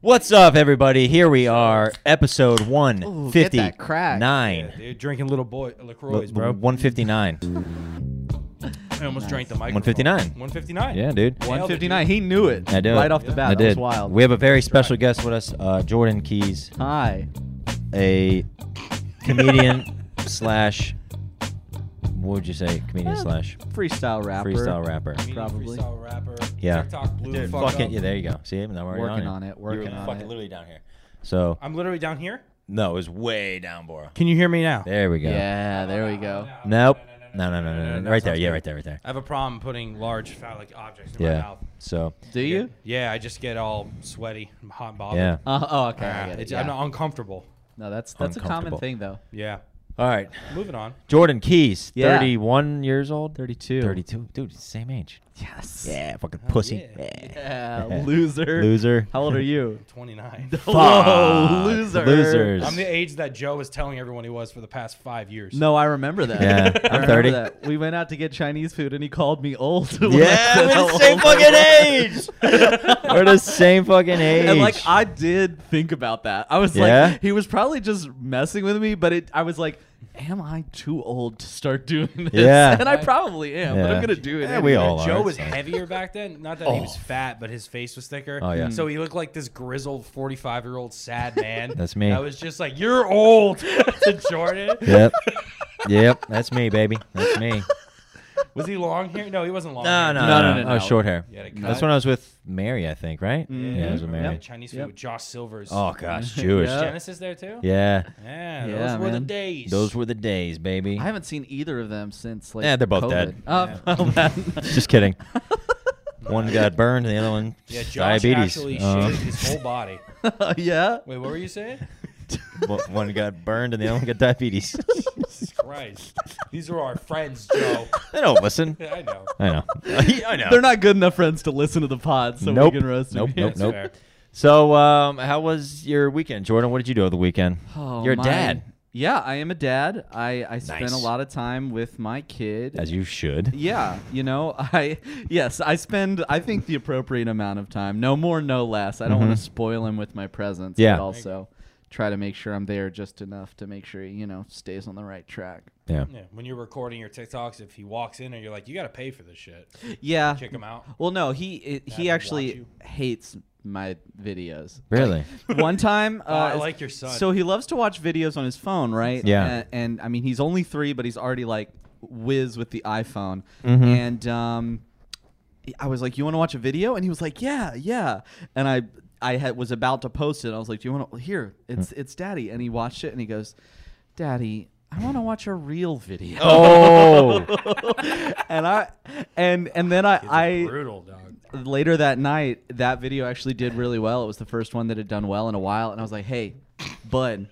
What's up, everybody? Here we are, episode Ooh, get that 159. Yeah, they're drinking little boy LaCroix, Look, bro. 159. I almost drank the microphone. 159. 159. Yeah, dude. Nailed it, 159. He knew it. I do. Right off the bat. I That was did. wild. We have a very special guest with us, uh, Jordan Keys, Hi. a comedian slash, what would you say? Comedian Eh, slash Freestyle rapper. freestyle rapper. dude. Comedian, Probably. freestyle rapper. Yeah. TikTok blew the Dude, fuck fuck up. it. Yeah, there you go. See, now we're Working on on it. it, working you were on fucking it. literally down here. So, I'm literally down here. no, it was way down, Bora. Can you hear me now? There we go. Yeah, there we go. Nope. No, no, no, no, no. Right there. sounds Yeah, good. right there, right there. I have a problem putting large phallic objects in my Yeah. mouth. So, Do you? Yeah, I just get all sweaty, and hot, and bothered. yeah. Uh, oh, okay. I Ah, get it. it's- Yeah. I'm not uncomfortable. no, that's that's a common Uncomfortable. thing though. Yeah. All right. Moving on. Jordan Keys, Yeah. 31 years old. 32. 32. Dude, it's the same age. Yes. Yeah, fucking pussy. yeah. Yeah, loser. Loser. How old are you? 29. Whoa, Fuck. loser. Losers. I'm the age that Joe was telling everyone he was for the past five years. No, I remember that. Yeah, I I'm remember 30. That. We went out to get Chinese food and he called me old. when I Yeah, said we're how the same old I fucking age. we're the same fucking age. And like I did think about that. I was Yeah? like, he was probably just messing with me, but it I was like, am I too old to start doing this? Yeah. And I probably am, but Yeah. I'm gonna do it. Yeah, we anyway. all are. Joe it's was fine. heavier back then. Not that he was fat, but his face was thicker. Oh, yeah. So he looked like this grizzled 45 year old sad man. That's me. I was just like, you're old to Jordan. Yep. Yep. That's me, baby. That's me. Was he long hair? No, he wasn't long. No, no, no, No, hair. no. no, no, Oh, no. short hair. He had a cut. That's when I was with Mary, I think, right? Mm-hmm. Yeah, I was with Mary. Yep. Chinese Yep. food. with Josh Silver's. Oh gosh, Jewish. Yeah. Genesis there too. Yeah. Yeah. Those Yeah, were the man. days. Those were the days, baby. I haven't seen either of them since like Yeah, they're both COVID. dead. Oh, well, then. Just kidding. one got burned, the other one Yeah, Josh diabetes. actually Um, shaved his whole body. yeah. Wait, what were you saying? Well, one got burned and the other one got diabetes. Jesus Christ. These were our friends, Joe. they don't listen. Yeah, I know. I know. I know. They're not good enough friends to listen to the pod, so Nope. we can roast Nope, them. nope, That's nope. fair. So, um, how was your weekend, Jordan? What did you do over the weekend? Oh, You're a my- dad, Yeah, I am a dad. I, I spent Nice. a lot of time with my kid. as you should. yeah, you know, I yes, I spend I think the appropriate amount of time, no more, no less. I don't want to spoil him with my presence, Mm-hmm. Yeah. but also try to make sure I'm there just enough to make sure he, you know, stays on the right track. Yeah. Yeah, when you're recording your TikToks, if he walks in and you're like, you got to pay for this shit, Yeah. kick him out. Well, no, he it, Have him he watch actually you. hates my videos. Really? One time, uh, Oh, I like your son. So he loves to watch videos on his phone, right? Yeah. A- And, I mean, he's only three, but he's already like whiz with the iPhone. Mhm. And um, I was like, "You want to watch a video?" And he was like, "Yeah, yeah." And I I had was about to post it. I was like, "Do you want to here? It's Mm. it's Daddy." And he watched it, and he goes, "Daddy." I want to watch a real video, Oh. and I, and and then I, Kids are I brutal dog. later that night, that video actually did really well. It was the first one that had done well in a while, and I was like, "Hey, bud,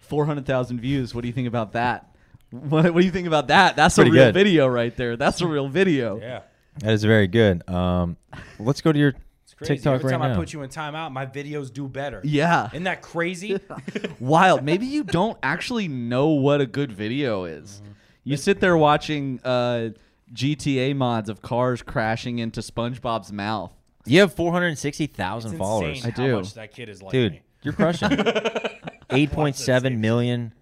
four hundred thousand views. What do you think about that? What, what do you think about that? That's Pretty a real good. video right there. That's a real video." Yeah, that is very good. Um, let's go to your it's crazy. TikTok Every right time now. I put you in timeout, my videos do better. Yeah. isn't that crazy? Wild. Maybe you don't actually know what a good video is. You sit there watching uh, GTA mods of cars crashing into SpongeBob's mouth. you have 460,000 It's followers. insane I How do. much that kid is like Dude, me. you're crushing. 8.7 million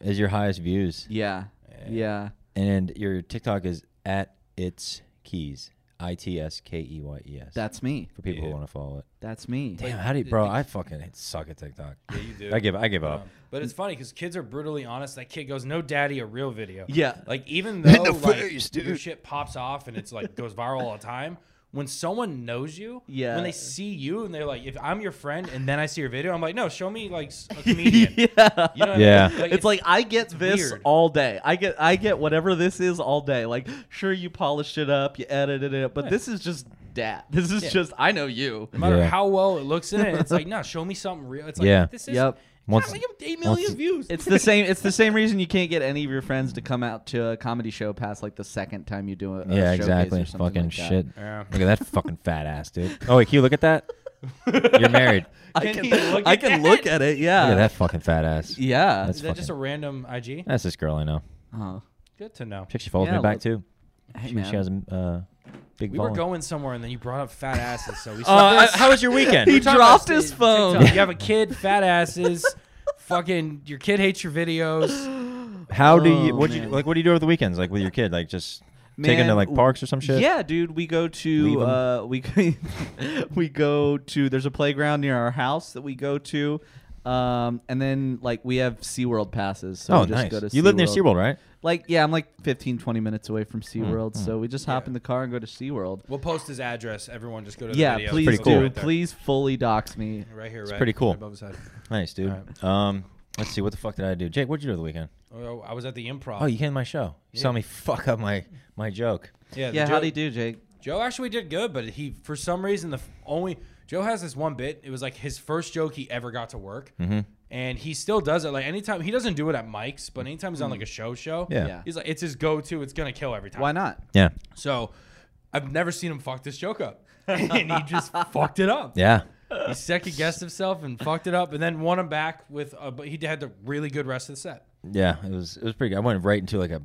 is your highest views. Yeah. Yeah. And your TikTok is at its keys. I T S K E Y E S. That's me. For people who want to follow it. That's me. Damn, how do you, bro? I fucking suck at TikTok. Yeah, you do. Um, I give, I give up. But it's funny because kids are brutally honest. That kid goes, "No, daddy, a real video." Yeah. like even though the like, face, dude. your shit pops off and it's like goes viral all the time. When someone knows you, Yeah. when they see you and they're like, "If I'm your friend," and then I see your video, I'm like, "No, show me like s- a comedian." yeah. You know what Yeah. I mean? it's, like I get this weird. all day. I get I get whatever this is all day. Like sure you polished it up, you edited it, up, but this is just dat. This is just I know you. No matter Yeah. how well it looks in it, it's like, no, show me something real. It's like, Yeah. this is. Yep. God, Once- look at 8 once- million views. It's the same it's the same reason you can't get any of your friends to come out to a comedy show past like the second time you do a, a yeah, Uh, showcase exactly. or something Fucking like that. shit. Yeah. Look at that fucking fat ass, dude. Oh wait, can you look at that? You're married. I Can can, you look I at can that? look at it, yeah. Look at that fucking fat ass. Yeah. That's Is fucking. that just a random IG? that's this girl I know. oh. Good to know. Chick, she follows Yeah, me back look- too. Hey She, man. she has a uh, Big We were volume. going somewhere and then you brought up fat asses. So we. Uh, stopped. how was your weekend? He We're talking about dropped his TikTok. phone. You have a kid, fat asses. fucking your kid hates your videos. How do you Oh, what you man. like? What do you do over the weekends? Like with your kid? Like just take him to Man, like parks or some shit? Yeah, dude, we go Leave to 'em. uh, we we go to there's a playground near our house that we go to, um, and then like we have SeaWorld passes. So oh, we just nice. go to You live near SeaWorld, Hmm, right? Like yeah, I'm like 15, 20 minutes away from SeaWorld, so we just hop in the car and go to SeaWorld. We'll post his address. Everyone just go to the Yeah, video. please pretty do. cool. Right there. please fully dox me. Right here, It's right pretty cool. above his head. Nice, dude. Alright. Um, let's see. What the fuck did I do, Jake? What'd you do over the weekend? Oh, I was at the improv. Uh, Oh, you came to my show. You saw Yeah. me fuck up my my joke. yeah, Yeah, Joe, how do you do, Jake? Joe actually did good, but he for some reason the f- only Joe has this one bit. It was like his first joke he ever got to work, Mm-hmm. and he still does it. Like anytime he doesn't do it at mics, but anytime he's on like a show show, Yeah. Mm. Yeah. he's like it's his go to. It's gonna kill every time. Why not? Yeah. So I've never seen him fuck this joke up, and he just fucked it up. Yeah. He second guessed himself and fucked it up, and then won him back with. A, but he had the really good rest of the set. Yeah. It was it was pretty. good. I went right into like a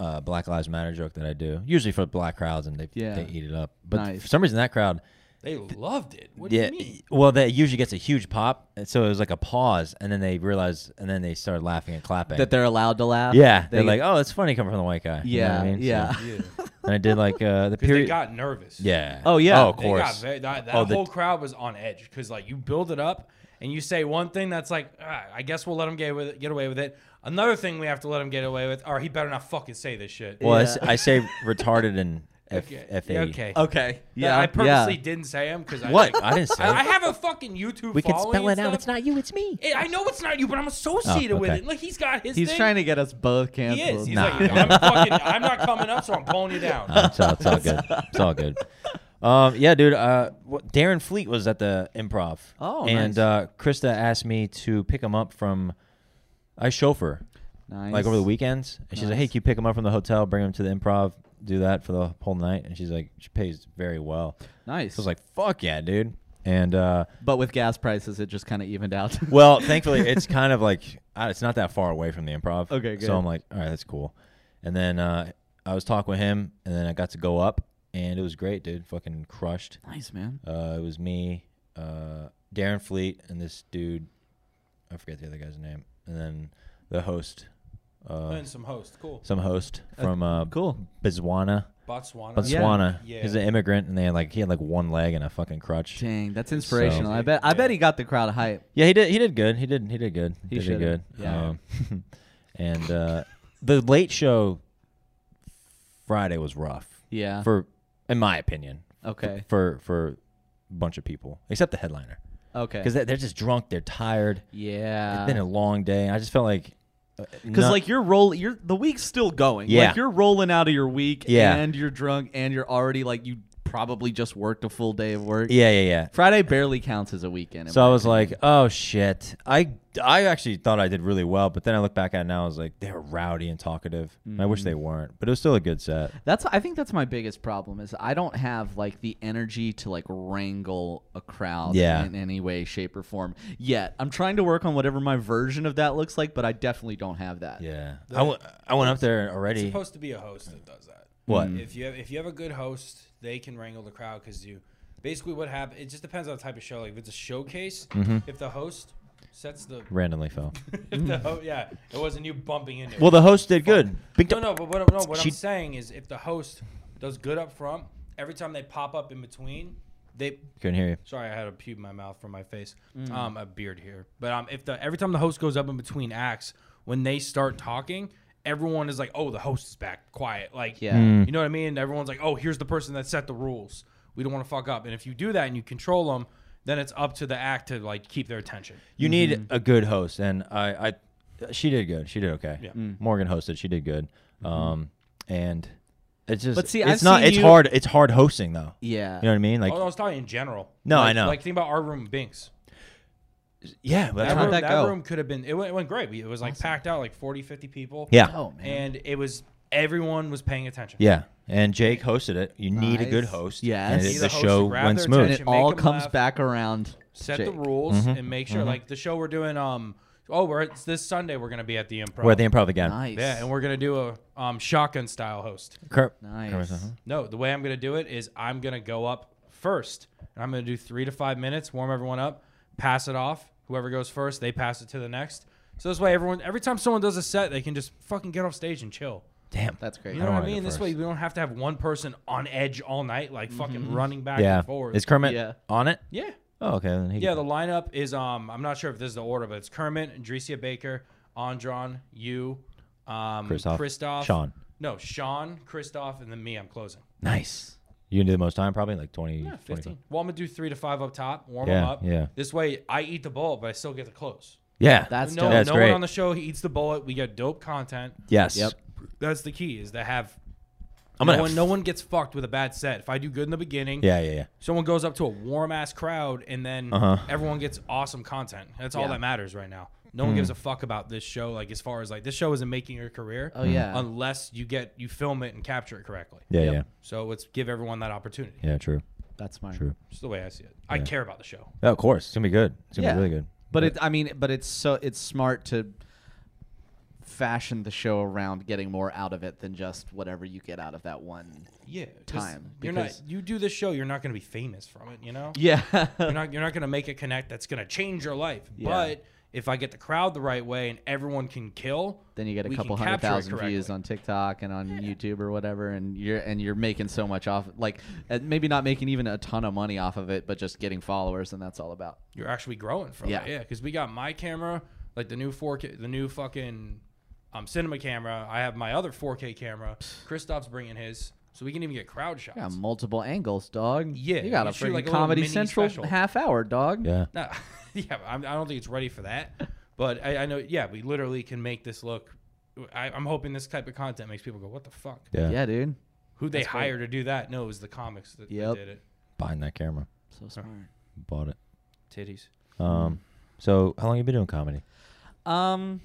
uh, Black Lives Matter joke that I do usually for black crowds, and they Yeah. they eat it up. But Nice. for some reason, that crowd. They loved it. What yeah. do you mean? Well, that usually gets a huge pop, and so it was like a pause, and then they realized, and then they started laughing and clapping. That they're allowed to laugh. yeah, They- they're like, "Oh, it's funny coming from the white guy." You know what yeah, I mean? So- yeah. Yeah. and I did like uh, the 'Cause period. they got nervous. yeah. Oh, yeah. Oh, of They got course. very- that that Oh, the- whole crowd was on edge because like you build it up and you say one thing that's like, "Ah, I guess we'll let him get with it, get away with it. Another thing we have to let him get away with, or he better not fucking say this shit. Well, I Yeah. s- I, say retarded and F- okay. F A. okay. Okay. Yeah, Yeah. I purposely didn't say him because I What? like- I didn't say I, I it. have a fucking YouTube. We can following spell and it out. stuff. It's not you. It's me. Eh, I know it's not you, but I'm associated Oh, with okay. it. Like he's got his. He's thing. trying to get us both He is. canceled. He's Nah. like, I'm fucking. I'm not coming up, so I'm pulling you down. No, it's, all, it's all good. It's all good. Um, yeah, dude. Uh, wh- Darren Fleet was at the improv. Oh, and nice. uh, Krista asked me to pick him up from. I chauffeur nice. like over the weekends, and she's like, "Hey, Nice. can you pick him up from the hotel? Bring him to the improv. Do that for the whole night." And she's like, "She pays very well." So Nice. I was like, "Fuck yeah, dude!" And uh, But with gas prices, it just kind of evened out. Well, thankfully, it's kind of like uh, it's not that far away from the improv. Okay, good. So I'm like, all right, that's cool. And then uh, I was talking with him, and then I got to go up, and it was great, dude. Fucking crushed. nice, man. Uh, it was me, uh, Darren Fleet, and this dude. I forget the other guy's name, and then the host, uh, Oh, and some host, cool. some host from uh, Cool. Botswana. Botswana. Botswana. Yeah. He's an immigrant, and they had like he had like one leg and a fucking crutch. Dang, that's inspirational. I bet. I Yeah. bet he got the crowd hype. Yeah, he did. He did good. He did. He did good. He did it good. should've. Yeah. Um, and uh, the late show Friday was rough Yeah. for, in my opinion, Uh-huh. okay. for for a bunch of people, except the headliner, Okay. because they're just drunk. They're tired. yeah. it's been a long day. I just felt like uh, Because Uh, like you're roll, you're the week's still going. Yeah. Like you're rolling out of your week, Yeah. and you're drunk, and you're already like you probably just worked a full day of work. yeah, yeah, yeah. Friday barely counts as a weekend. in So my I was opinion. like, oh shit. I I actually thought I did really well, but then I look back at it now, I was like, they're rowdy and talkative. And I wish Mm. they weren't, but it was still a good set. that's. I think that's my biggest problem is I don't have like the energy to like wrangle a crowd. Yeah. In any way, shape, or form. Yet I'm trying to work on whatever my version of that looks like, but I definitely don't have that. Yeah, I, w- I went up there It's already. supposed to be a host that does that. What? If you have, if you have a good host, they can wrangle the crowd because you basically what happen. It just depends on the type of show. Like if it's a showcase, Mm-hmm. if the host sets the, Randomly fell. if the ho- yeah, it wasn't you bumping into. Mm. Well, it. the host did good. Big no, time. no, but what, no, what She- I'm saying is if the host does good up front, every time they pop up in between, they Couldn't hear you. Sorry, I had a pube in my mouth from my face. Um, a beard here. But um, if the every time the host goes up in between acts, when they start talking, everyone is like, "Oh, the host is back. Quiet." Like, Yeah. Hmm. Mm. you know what I mean? Everyone's like, "Oh, here's the person that set the rules. We don't want to fuck up." And if you do that and you control them, then it's up to the act to like keep their attention. You need a good host, and I, I, she did good. She did okay. Yeah. Morgan hosted. She did good. Um, and it's just, But see, it's I've not. seen It's you- hard. It's hard hosting though. Yeah. You know what I mean? Like, oh, I was talking in general. No, I Like- know. Like think about our room, Binks. yeah, that's That, how'd right. room, that that, go? room could have been. It went, it went great. We- It was like packed out, like 40, 50 people. Yeah, Oh man. and it was everyone was paying attention. yeah. And Jake hosted it. You need a good Nice. host. Yes. and You it- need the a host show to grab went their smooth. and attention. it make all 'em comes laugh. back around. set Mm-hmm. Jake. the rules and make sure like the show we're doing um oh, we're it's this Sunday. We're gonna be at the improv. We're at the improv again. Nice. yeah, and we're gonna do a um, shotgun style host. Cur- nice. uh-huh. No, the way I'm gonna do it is I'm gonna go up first, and I'm gonna do three to five minutes, warm everyone up, pass it off. Whoever goes first, they pass it to the next. So this way, everyone, every time someone does a set, they can just fucking get off stage and chill. Damn. That's great. You know don't what I wanna go mean? This way, first. Mm-hmm. we don't have to have one person on edge all night, like fucking running back yeah. and forth. Is Kermit Yeah. on it? yeah. Oh, okay. Then he Yeah, the lineup is um I'm not sure if this is the order, but it's Kermit, Andresia Baker, Andron, you, um Christoph, Christoph Sean. No, Sean, Christoph, and then me, I'm closing. Nice. You can do the most time, probably like 20, Yeah, 25. fifteen. Well, I'm gonna do three to five up top, warm Yeah, them up. yeah. This way I eat the bullet, but I still get to close. Yeah. That's no dope. That's no great. one on the show he eats the bullet. We get dope content. yes. Yep. That's the key is to have I'm no, gonna one, no one gets fucked with a bad set. If I do good in the beginning, Yeah, yeah, yeah. someone goes up to a warm ass crowd and then Uh-huh. everyone gets awesome content. That's all Yeah. that matters right now. No one Hmm. gives a fuck about this show. Like as far as like this show isn't making your career. Oh, yeah. Unless you get you film it and capture it correctly. Hmm. Yeah, Yep. So let's give everyone that opportunity. yeah. Yeah, true. That's smart. True. Just the way I see it. I Yeah. care about the show. Yeah, Oh, of course. It's going to be good. It's going to Yeah. be really good. But it, I mean, but it's so it's smart to fashion the show around getting more out of it than just whatever you get out of that one. Yeah. 'cause Time, You're not because- you do this show, you're not gonna be famous from it, you know? Yeah. You're not you're not gonna make a connect that's gonna change your life. Yeah. But if I get the crowd the right way and everyone can kill, then you get a we couple can hundred capture it thousand views correctly. on TikTok and on YouTube or whatever, and you're and you're making so much off, like uh, maybe not making even a ton of money off of it, but just getting followers, and that's all about. uh, you're actually growing from Yeah. it. Yeah, because we got my camera, like the new 4K, the new fucking um, cinema camera. I have my other 4K camera. Christoph's bringing his, so we can even get crowd shots. Yeah, multiple angles, dog. Yeah, you got a you shoot, freaking like, a little Comedy mini Central special. half hour, dog. Yeah. Nah, yeah, but I'm, I don't think it's ready for that. But I, I know, yeah, we literally can make this look. I, I'm hoping this type of content makes people go, "What the fuck? Yeah. yeah, dude. Who they That's great. hire to do that?" No, it was the comics that, that Yep. did it. Buying that camera. So smart. Bought it. Titties. Um, so how long you been doing comedy? Um,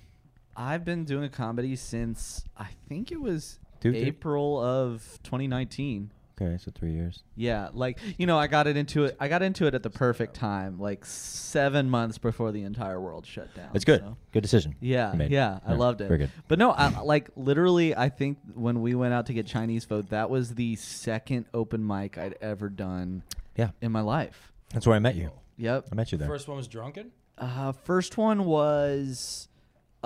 I've been doing comedy since I think it was Dude, dude. April of 2019. Okay, so three years. Yeah, like you know, I got it into it. I got into it at the perfect time, like seven months before the entire world shut down. That's good. so- Good decision. Yeah, you made. yeah, I loved it. Very good. But no, I, like literally, I think when we went out to get Chinese food, that was the second open mic I'd ever done Yeah, in my life. that's where I met you. Yep. I met you there. First one was drunken. Uh, first one was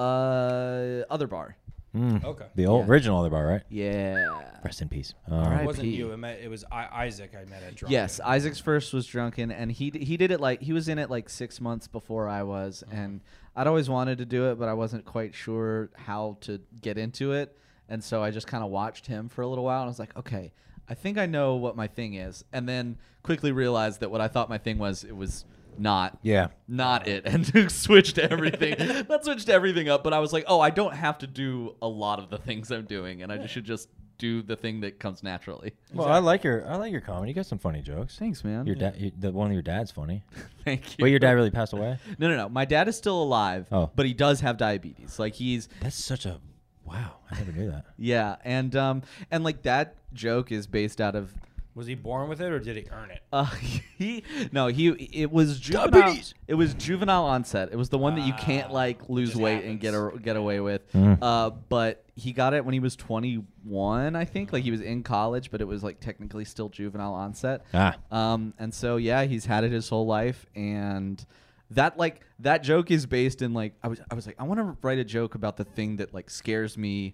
uh, other bar. Mm. Okay. The old, Yeah. original Oliver Bar, right? Yeah. Rest in peace. All Um, right. It wasn't IP. you. It, met, it was I, Isaac. I met at drunken. Yes, Isaac's first was drunken, and he d- he did it like he was in it like six months before I was, and I'd always wanted to do it, but I wasn't quite sure how to get into it, and so I just kind of watched him for a little while, and I was like, okay, I think I know what my thing is, and then quickly realized that what I thought my thing was it was not Yeah. not it and switched everything not switched everything up but i was like oh i don't have to do a lot of the things i'm doing and i just should just do the thing that comes naturally Well, I like your I like your comedy. You got some funny jokes. thanks man Your dad, your- the one of your dad's funny. thank you Well, your dad really passed away. No, no, no. My dad is still alive, Oh. but he does have diabetes. Like he's That's such a wow. I never knew that. yeah, and um and like that joke is based out of Was he born with it or did he earn it? uh he no, he it was juvenile Diabetes! it was juvenile onset. It was the one that you can't Ah, like lose just weight and get a, happens. get away with. Mm. Uh but he got it when he was 21, I think. Like he was in college, but it was like technically still juvenile onset. Ah, Um, and so yeah, he's had it his whole life, and that like that joke is based in like I was I was like I want to write a joke about the thing that like scares me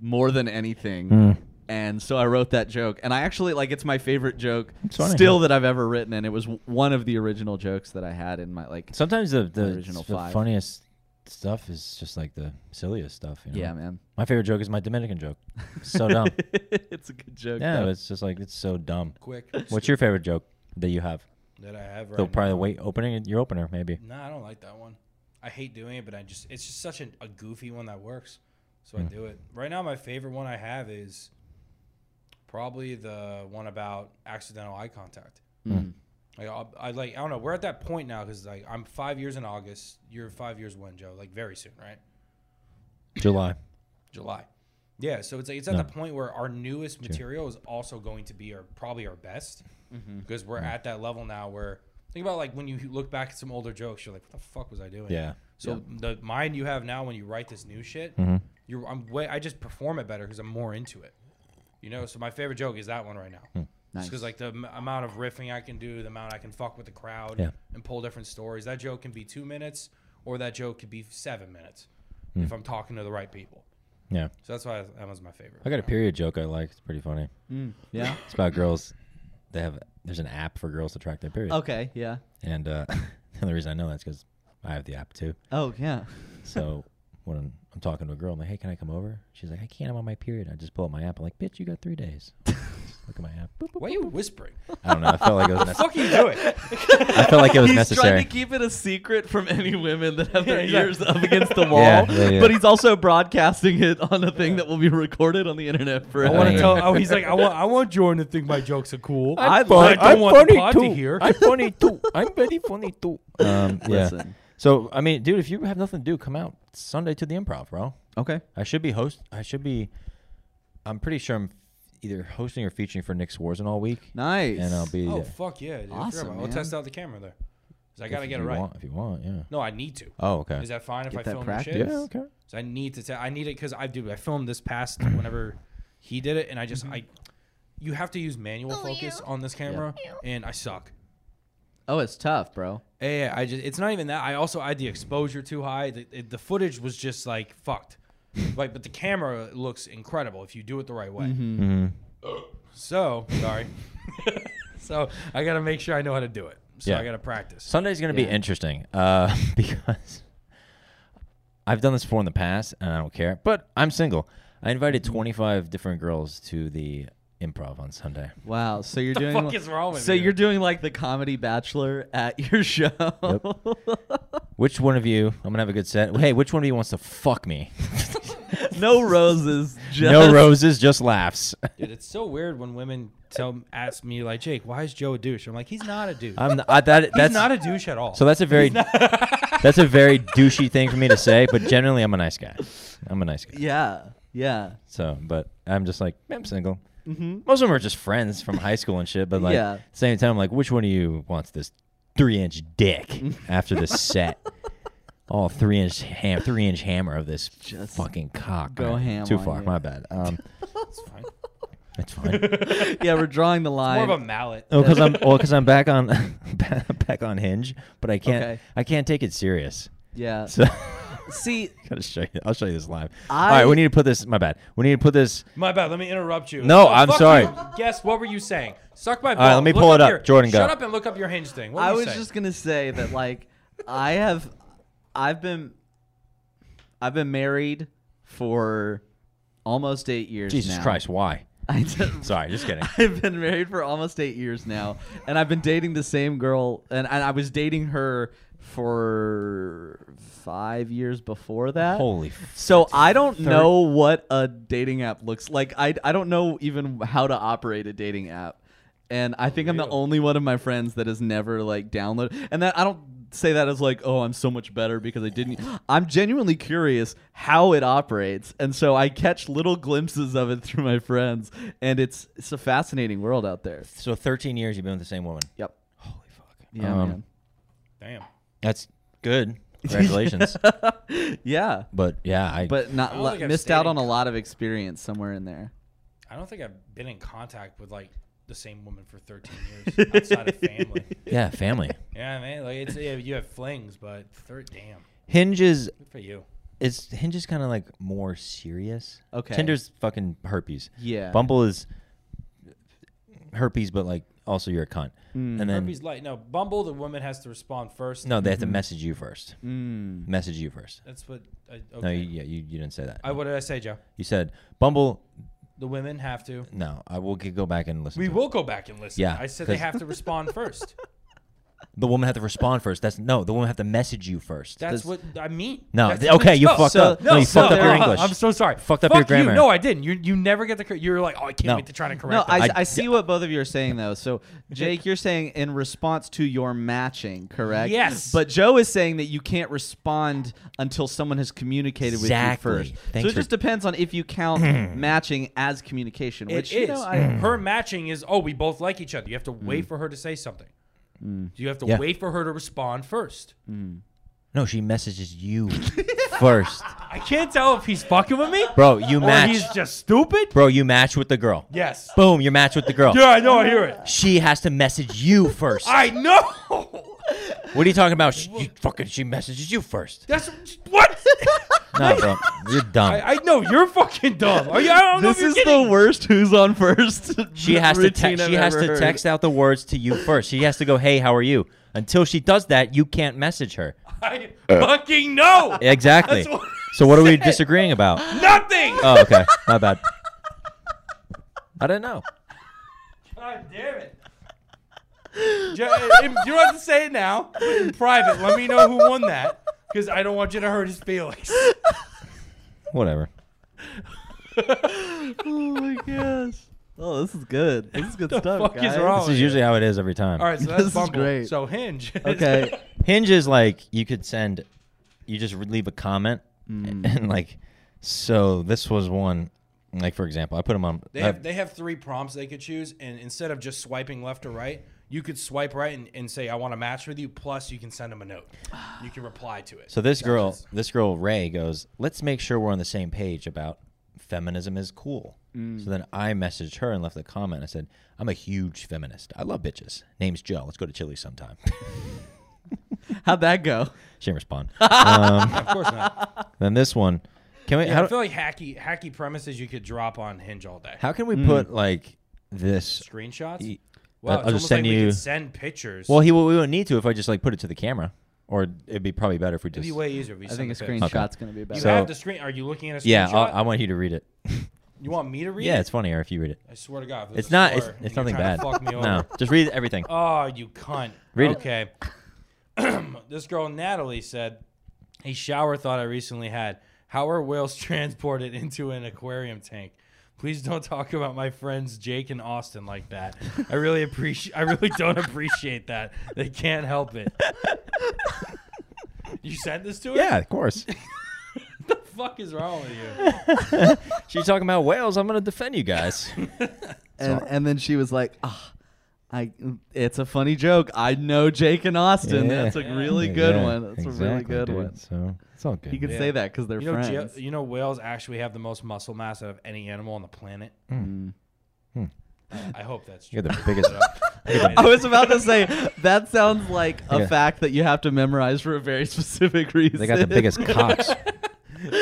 more than anything. Mm. And so I wrote that joke, and I actually like it's my favorite joke It's funny, still huh? that I've ever written, and it was w- one of the original jokes that I had in my like. sometimes the the, Original the five. funniest stuff is just like the silliest stuff. You know? Yeah, man, My favorite joke is my Dominican joke. So dumb. it's a good joke. Oh. yeah, though. but it's just like it's so dumb. Quick. What's your favorite joke that you have? that I have right They'll now? probably wait opening your opener maybe. No, I don't like that one. I hate doing it, but I just it's just such an, a goofy one that works, so I do it. Right now, my favorite one I have is probably the one about accidental eye contact. Mm. Like I'll, I like I don't know. We're at that point now because like I'm five years in August. You're five years when Joe? Like very soon, right? July. July. Yeah, so it's like it's at No. the point where our newest material is also going to be our probably our best because we're at that level now where Think about like when you look back at some older jokes, you're like, what the fuck was I doing? Yeah. So the mind you have now when you write this new shit, Mm-hmm. you're I'm way I just perform it better because I'm more into it. You know, so my favorite joke is that one right Hmm. now. Nice. because like the m- amount of riffing I can do, the amount I can fuck with the crowd Yeah. and pull different stories. That joke can be two minutes, or that joke could be seven minutes, Hmm. if I'm talking to the right people. Yeah. So that's why that was my favorite. I got a period joke I like. It's pretty funny. Mm, yeah. It's about girls. They have there's an app for girls to track their period. Okay. Yeah. And uh, the only reason I know that's because I have the app too. Oh yeah. So when I'm, I'm talking to a girl, I'm like, "Hey, can I come over?" She's like, "I can't. I'm on my period." I just pull up my app. I'm like, "Bitch, you got three days." Look at my app. Boop, boop. Why are you whispering? I don't know. I felt like it was. Nece- fuck are you doing? I felt like it was he's necessary. trying to keep it a secret from any women that have their Yeah, yeah. ears up against the wall. Yeah, yeah, yeah. But he's also broadcasting it on a thing that will be recorded on the internet I forever. want to Yeah. tell. Oh, he's like, I want. I want Jordan to think my jokes are cool. I but I like. don't want the pod to hear. funny too. I'm very funny too. Um, yeah. Listen. So I mean, dude, if you have nothing to do, come out Sunday to the improv, bro. Okay. I should be host. I should be. I'm pretty sure I'm either hosting or featuring for Nick Swarzen all week, Nice. and I'll be oh there fuck yeah! Dude. Awesome, I'll man. test out the camera there. 'Cause I if gotta get it you right. want- if you want, yeah. No, I need to. Oh, okay. Is that fine if Get I that film practice. shit? yeah, okay. So I need to tell. I need it because I do. I filmed this past whenever he did it, and I just I. You have to use manual focus on this camera, and I suck. Oh, it's tough, bro. Yeah, yeah, I just it's not even that. I also I had the exposure too high. The, it- the footage was just like fucked. like, but the camera looks incredible if you do it the right way. Mm-hmm. Mm-hmm. Hmm. So sorry. so I got to make sure I know how to do it. So Yeah. I got to practice. Sunday's gonna Yeah. be interesting uh, because I've done this before in the past, and I don't care. But I'm single. I invited Mm-hmm. 25 different girls to the improv on Sunday. Wow. So you're doing. fuck is wrong with so you? you're doing like the comedy bachelor at your show. Which one of you? I'm gonna have a good set. Hey, which one of you wants to fuck me? no roses. Just no roses, just laughs. Dude, it's so weird when women tell ask me like, Jake, why is Joe a douche? I'm like, he's not a douche. I'm I, that. he's That's not a douche at all. So that's a very that's a very douchey thing for me to say, but generally I'm a nice guy. I'm a nice guy. Yeah. Yeah. So, but I'm just like I'm single. Most of them are just friends from high school and shit. But like Mm-hmm. Yeah. at the same time, I'm like, which one of you wants this three inch dick after this set? All three inch ham, three inch hammer of this Just fucking cock. go man. ham Too on far. you. My bad. Um, It's fine. that's fine. Yeah. We're drawing the More line. of a mallet. Oh, because I'm well, 'cause I'm back on back on Hinge, but I can't Okay. I can't take it serious. yeah. So. See, Gotta show you. I'll show you this live. I- All right, we need to put this. My bad. We need to put this. My bad. Let me interrupt you. No, I'm fuck sorry. you. Guess what were you saying? Suck my. All right, let me pull it up. Jordan, go. Shut up and look up your hinge thing. What were I you was saying? just gonna say that like I have I've been I've been married for almost eight years Jesus now. Christ, why? I d- Sorry, just kidding. I've been married for almost eight years now, and I've been dating the same girl, and, and I was dating her for five years before that. Holy. F- So I don't know what a dating app looks like. I, I don't know even how to operate a dating app. And I think I'm the only one of my friends that has never like downloaded. And that I don't say that as like, oh, I'm so much better because I didn't. I'm genuinely curious how it operates, and so I catch little glimpses of it through my friends, and it's it's a fascinating world out there. so 13 years you've been with the same woman. Yep. Holy fuck. Yeah. Um, Damn. That's good. Congratulations. man. Yeah. but yeah, I. But I not don't lo- think I've missed stayed out in on a con- lot of experience somewhere in there. I don't think I've been in contact with like the same woman for 13 years outside of family. yeah, family. Yeah, man. Like it's yeah, you have flings, but third damn. Hinge is Good for you. it's Hinge is kind of like more serious. Okay. Tinder's fucking herpes. Yeah. Bumble is herpes, but like also you're a cunt. And then Mm. Herpes light. No, Bumble. The woman has to respond first. no, they have to message you first. Mm. Message you first. That's what. I, okay. No, you, yeah, you, you didn't say that. I, what did I say, Joe? you said Bumble. The women have to. No, I will g- go back and listen. We to it. will go back and listen. Yeah, I said they 'cause- have to respond first. The woman had to respond first. That's no. The woman had to message you first. That's Does- what I mean. No, That's th- what okay, it's you about. fucked up. No, you fucked up your English. I'm so sorry. Fucked up Fuck your you. grammar. No, I didn't. You you never get the. cor- You're like, oh, I can't No. wait to try to correct. No, that. I, I- I see what both of you are saying though. So, Jake, you're saying in response to your matching, correct? Yes. But Joe is saying that you can't respond until someone has communicated Exactly. with you first. Thanks so it for- just depends on if you count matching as communication, It which is. you know I, her matching is. Oh, we both like each other. You have to wait for her to say something. Do you have to Mm. Yeah. wait for her to respond first? No, she messages you first, I can't tell if he's fucking with me bro. You or match, he's just stupid. bro. You match with the girl. Yes. Boom, you match with the girl. Yeah, I know. I hear it. She has to message you first. I know. What are you talking about? She, you fucking, she messages you first. That's what. No, bro, you're dumb. I, I know you're fucking dumb. Are you, I don't know This if you're is kidding. the worst who's on first. she has to te- routine I've she has ever to heard. text out the words to you first. She has to go, "Hey, how are you?" Until she does that, you can't message her. I fucking know. Exactly. That's what So what are we disagreeing about? Nothing. Oh, okay. My bad. I don't know. God damn it. Ju- uh, if you don't have to say it now. but In private, let me know who won that because I don't want you to hurt his feelings. Whatever. Oh my gosh. Oh, this is good. This is good The stuff, fuck is guys. wrong? This is usually how it is every time. Oh, All right, so This that's is Bumble. great. So Hinge. is- Okay. Hinge is like you could send, you just leave a comment and like, so this was one. Like for example, I put them on. they have they have three prompts they could choose, and instead of just swiping left or right, you could swipe right and, and say I want to match with you. Plus, you can send them a note. You can reply to it. So this girl, this girl Ray goes, "Let's make sure we're on the same page about feminism is cool." So then I messaged her and left a comment. I said, "I'm a huge feminist. I love bitches. Name's Joe. Let's go to Chili's sometime." How'd that go? she didn't respond. Um, of course not. then this one, can we? Yeah, how, I do- feel like hacky hacky premises you could drop on Hinge all day. how can we put like this? Screenshots. E- I'll Wow, it's just almost send like we you- could send pictures. Well, he we wouldn't need to if I just like put it to the camera, or it'd be probably better if we it'd just. be way easier. If we I think a screen. screenshot's gonna be better. You So- have the screen. Are you looking at a screenshot? yeah, I, I want you to read it. you want me to read? yeah, it? it's funnier if you read it. I swear to God, if It's there's a not. It's, slur and it's you're nothing trying bad. to Fuck me over. No, just read everything. Oh, you cunt. Read it. okay. this girl Natalie said, "A shower thought I recently had. How are whales transported into an aquarium tank?" Please don't talk about my friends Jake and Austin like that. I really appreciate. I really don't appreciate that. They can't help it. You sent this to her? Yeah, of course. What the fuck is wrong with you? She's talking about whales. I'm gonna defend you guys. and and then she was like, ah. I, it's a funny joke. I know Jake and Austin. Yeah. That's a really good Yeah, one. That's a really exactly, good dude. one. So it's all good. You can man. say that because they're You know, friends. ge- you know, whales actually have the most muscle mass out of any animal on the planet. Mm. I- I hope that's true. You're Hmm. the biggest. I was about to say that sounds like a Yeah. fact that you have to memorize for a very specific reason. they got the biggest cocks.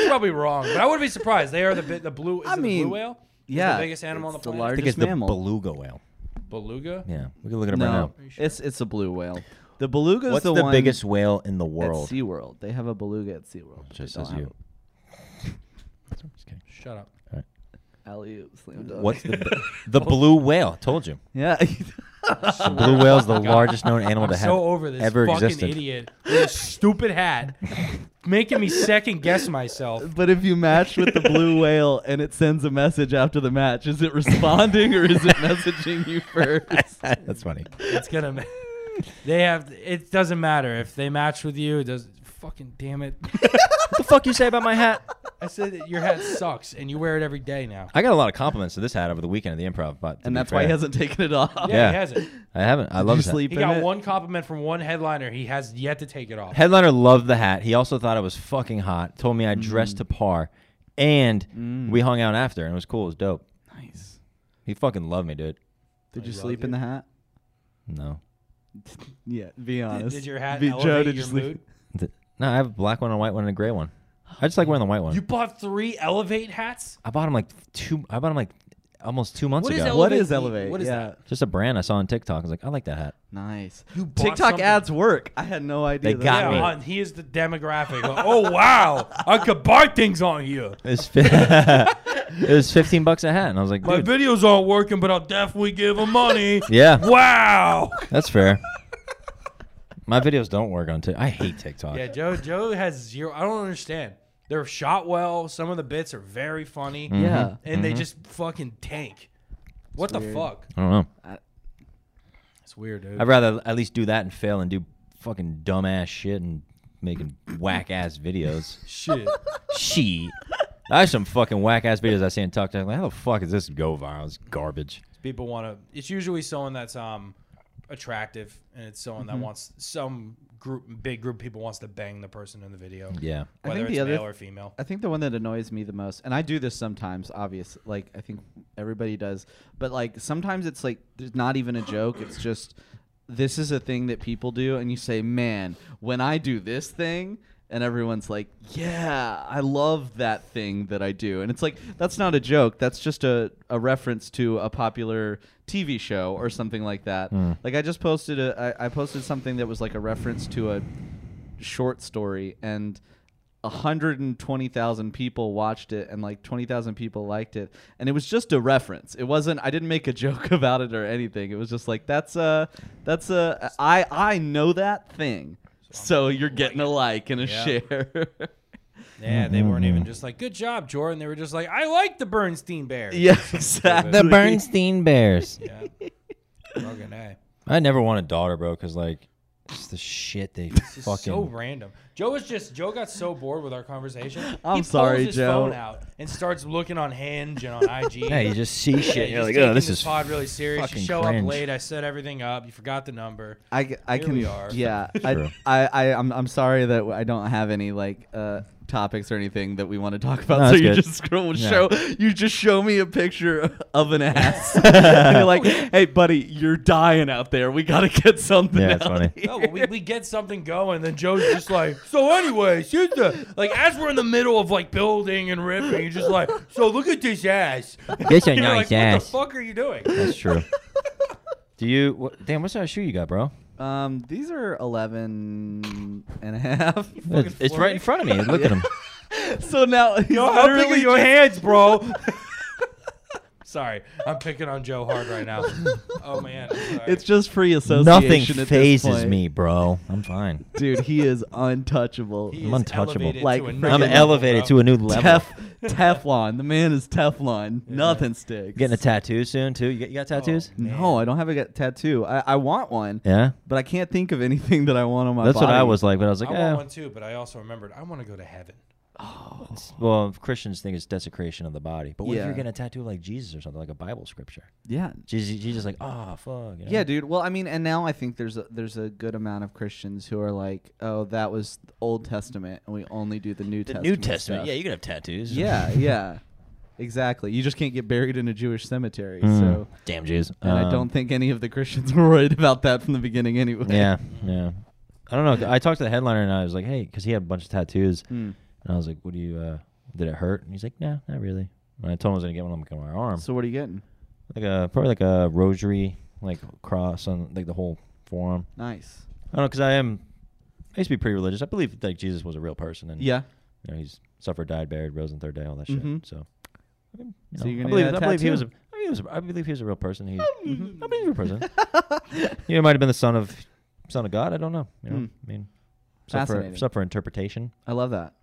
probably wrong, but I wouldn't be surprised. They are the bi- the blue. Is I it the mean, blue whale. Is yeah, the biggest animal on the it's the planet. I large- think it's mammal. the beluga whale. Beluga. Yeah, we can look at him right No, now. it's it's a blue whale. The beluga What's the, the, one biggest whale in the at world? SeaWorld. They have a beluga at SeaWorld. but they Just don't as have you. Just kidding. Shut up. a- alley-oop, slam dunk. What's the bi- the blue whale? Told you. Yeah. The blue whale is the largest known animal I'm to have so over this ever fucking existed. idiot with his stupid hat, making me second guess myself. but if you match with the blue whale and it sends a message after the match, is it responding or is it messaging you first? That's funny. It's gonna. ma- They have. It doesn't matter if they match with you. It does. Fucking damn it! What the fuck you say about my hat? I said that your hat sucks, and you wear it every day now. I got a lot of compliments to this hat over the weekend at the improv, but to And be that's why he fair, hasn't taken it off. Yeah, Yeah. he has it. I haven't. I love you this hat. sleep He in got it? one compliment from one headliner. He has yet to take it off. Headliner loved the hat. He also thought it was fucking hot. Told Mm. me I dressed to par, and we hung out after, and it was cool. It was dope. Nice. He fucking loved me, dude. Did you love sleep in you. the hat? No, Yeah, be honest. Did your hat Be- elevate did you your sleep- mood? Th- no, I have a black one, a white one, and a gray one. I just like wearing the white one. You bought three Elevate hats? I bought him like two. I bought him like almost two months What is ago. Elevate? What is mean? elevate? What is yeah. that? just a brand I saw on TikTok. I was like, I like that hat. Nice. bought TikTok something. ads work. I had no idea. They that- got Yeah, me. on- he is the demographic. oh wow, I could buy things on here. It was, fi- it was fifteen bucks a hat, and I was like, My dude, videos aren't working, but I'll definitely give them money. yeah, Wow. that's fair. My videos don't work on TikTok. I hate TikTok. Yeah, Joe. Joe has zero. I don't understand. They're shot well. Some of the bits are very funny. Mm. Yeah. and Mm-hmm. they just fucking tank. What the fuck? I don't know. It's weird, dude. I'd rather at least do that and fail and do fucking dumbass shit and making whack ass videos. Shit. She. I have some fucking whack ass videos I see on TikTok. Like, how the fuck is this go viral? It's garbage. People want to. It's usually someone that's um attractive, and it's someone Mm-hmm. that wants some group, big group of people wants to bang the person in the video. Yeah. I whether think it's the other- male or female. I think the one that annoys me the most, and I do this sometimes, obvious, like I think everybody does, but like sometimes it's like there's not even a joke. It's just this is a thing that people do, and you say, "Man, when I do this thing," and everyone's like, "Yeah, I love that thing that I do," and it's like that's not a joke. That's just a a reference to a popular TV show or something like that. Like I just posted a I, I posted something that was like a reference to a short story and 120,000 people watched it and like 20,000 people liked it and it was just a reference. It wasn't I didn't make a joke about it or anything. It was just like that's a that's a I I know that thing. So you're getting a like and a Yeah. share. Mm-hmm. Yeah, they weren't even just like, "Good job, Jordan." They were just like, "I like the Bernstein Bear." yeah, exactly. The Bernstein Bears. yeah. Fucking A. I never want a daughter, bro, because like, it's the shit they fucking. so random. Joe was just Joe got so bored with our conversation. I'm he sorry, pulls his Joe. Phone out and starts looking on Hinge and on IG. yeah, you just see shit. Yeah, and you're just like, oh, taking this is pod really serious. You fucking show cringe." up late. I set everything up. You forgot the number. I, g- I Here can we are. yeah True. I, I I I'm I'm sorry that I don't have any like uh topics or anything that we want to talk about No, so that's you good. just scroll Yeah. show you just show me a picture of an ass and you're like hey buddy you're dying out there we got to get something Yeah, it's out funny. here." No, but we, we get something going, then Joe's just like, so anyway, she's the like as we're in the middle of like building and ripping, you're just like, so look at this ass. This a You're like, nice what the ass. fuck are you doing? That's true. Do you? What, damn, what size shoe you got, bro? um these are 11 and a half It's, it's right in front of me. Look at him. so now he's Yo, how big are literally your just- hands, bro? sorry, I'm picking on Joe hard right now. Oh man, I'm sorry. it's just free association Nothing at this phases point. me, bro. I'm fine. dude he is untouchable He I'm is untouchable. elevated Like, to a I'm new I'm level, elevated bro. to a new level. Tef- Teflon. The man is Teflon. Nothing sticks. Getting a tattoo soon too. You got, you got Oh, tattoos? no, I don't have a get- tattoo. I, I want one, Yeah. but I can't think of anything that I want on my That's body. what I was like, but I was I like, want eh, one too, but I also remembered I want to go to heaven. it's- eh, well, Christians think it's desecration of the body. But what if Yeah. you're getting a tattoo like Jesus or something, like a Bible scripture? Yeah. Jesus, Jesus, like, oh fuck. you know? Yeah, dude. Well, I mean, and now I think there's a, there's a good amount of Christians who are like, "Oh, that was Old Testament, and we only do the New The Testament." New Testament. stuff." Yeah, you can have tattoos. yeah, yeah. Exactly. You just can't get buried in a Jewish cemetery. Mm. So, Damn Jews. and I Um, don't think any of the Christians were worried about that from the beginning, anyway. Yeah, yeah. I don't know. I talked to the headliner and I was like, hey, because he had a bunch of tattoos, Hmm. and I was like, what do you? uh Did it hurt? And he's like, nah, not really. And I told him I was gonna get one on my- on my arm, So, what are you getting? like a probably like a rosary, like cross on like the whole forearm. Nice. I don't know because I am. I used to be pretty religious. I believe like Jesus was a real person, and Yeah. you know, he's suffered, died, buried, rose on the third day, all that shit. Mhm. So, I mean, you So know, you're gonna I believe, get a I believe he was. A, tattoo? Mm-hmm. I, mean, he was a, I believe he was a real person. Um, He, I believe he was a real person. he might have been the son of son of God. I don't know. You know? Mm. I mean, except for, Fascinating. except for interpretation. I love that.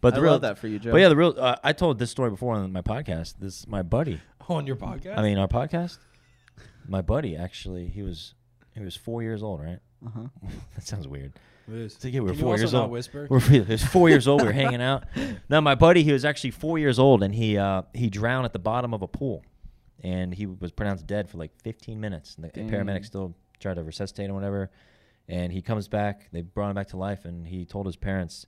But the I real, love that for you, Joe. But yeah, the real. Uh, I told this story before on my podcast. This my buddy. On your podcast? I mean, our podcast. My buddy actually, he was he was four years old, right? Uh-huh. that sounds weird. Liz, So, yeah, we were can you four also years not old. whisper? We're, he was four years old. We were hanging out. Now my buddy, he was actually four years old, and he uh, he drowned at the bottom of a pool, and he was pronounced dead for like 15 minutes. And the Dang. paramedics still tried to resuscitate him, whatever. And he comes back. They brought him back to life, and he told his parents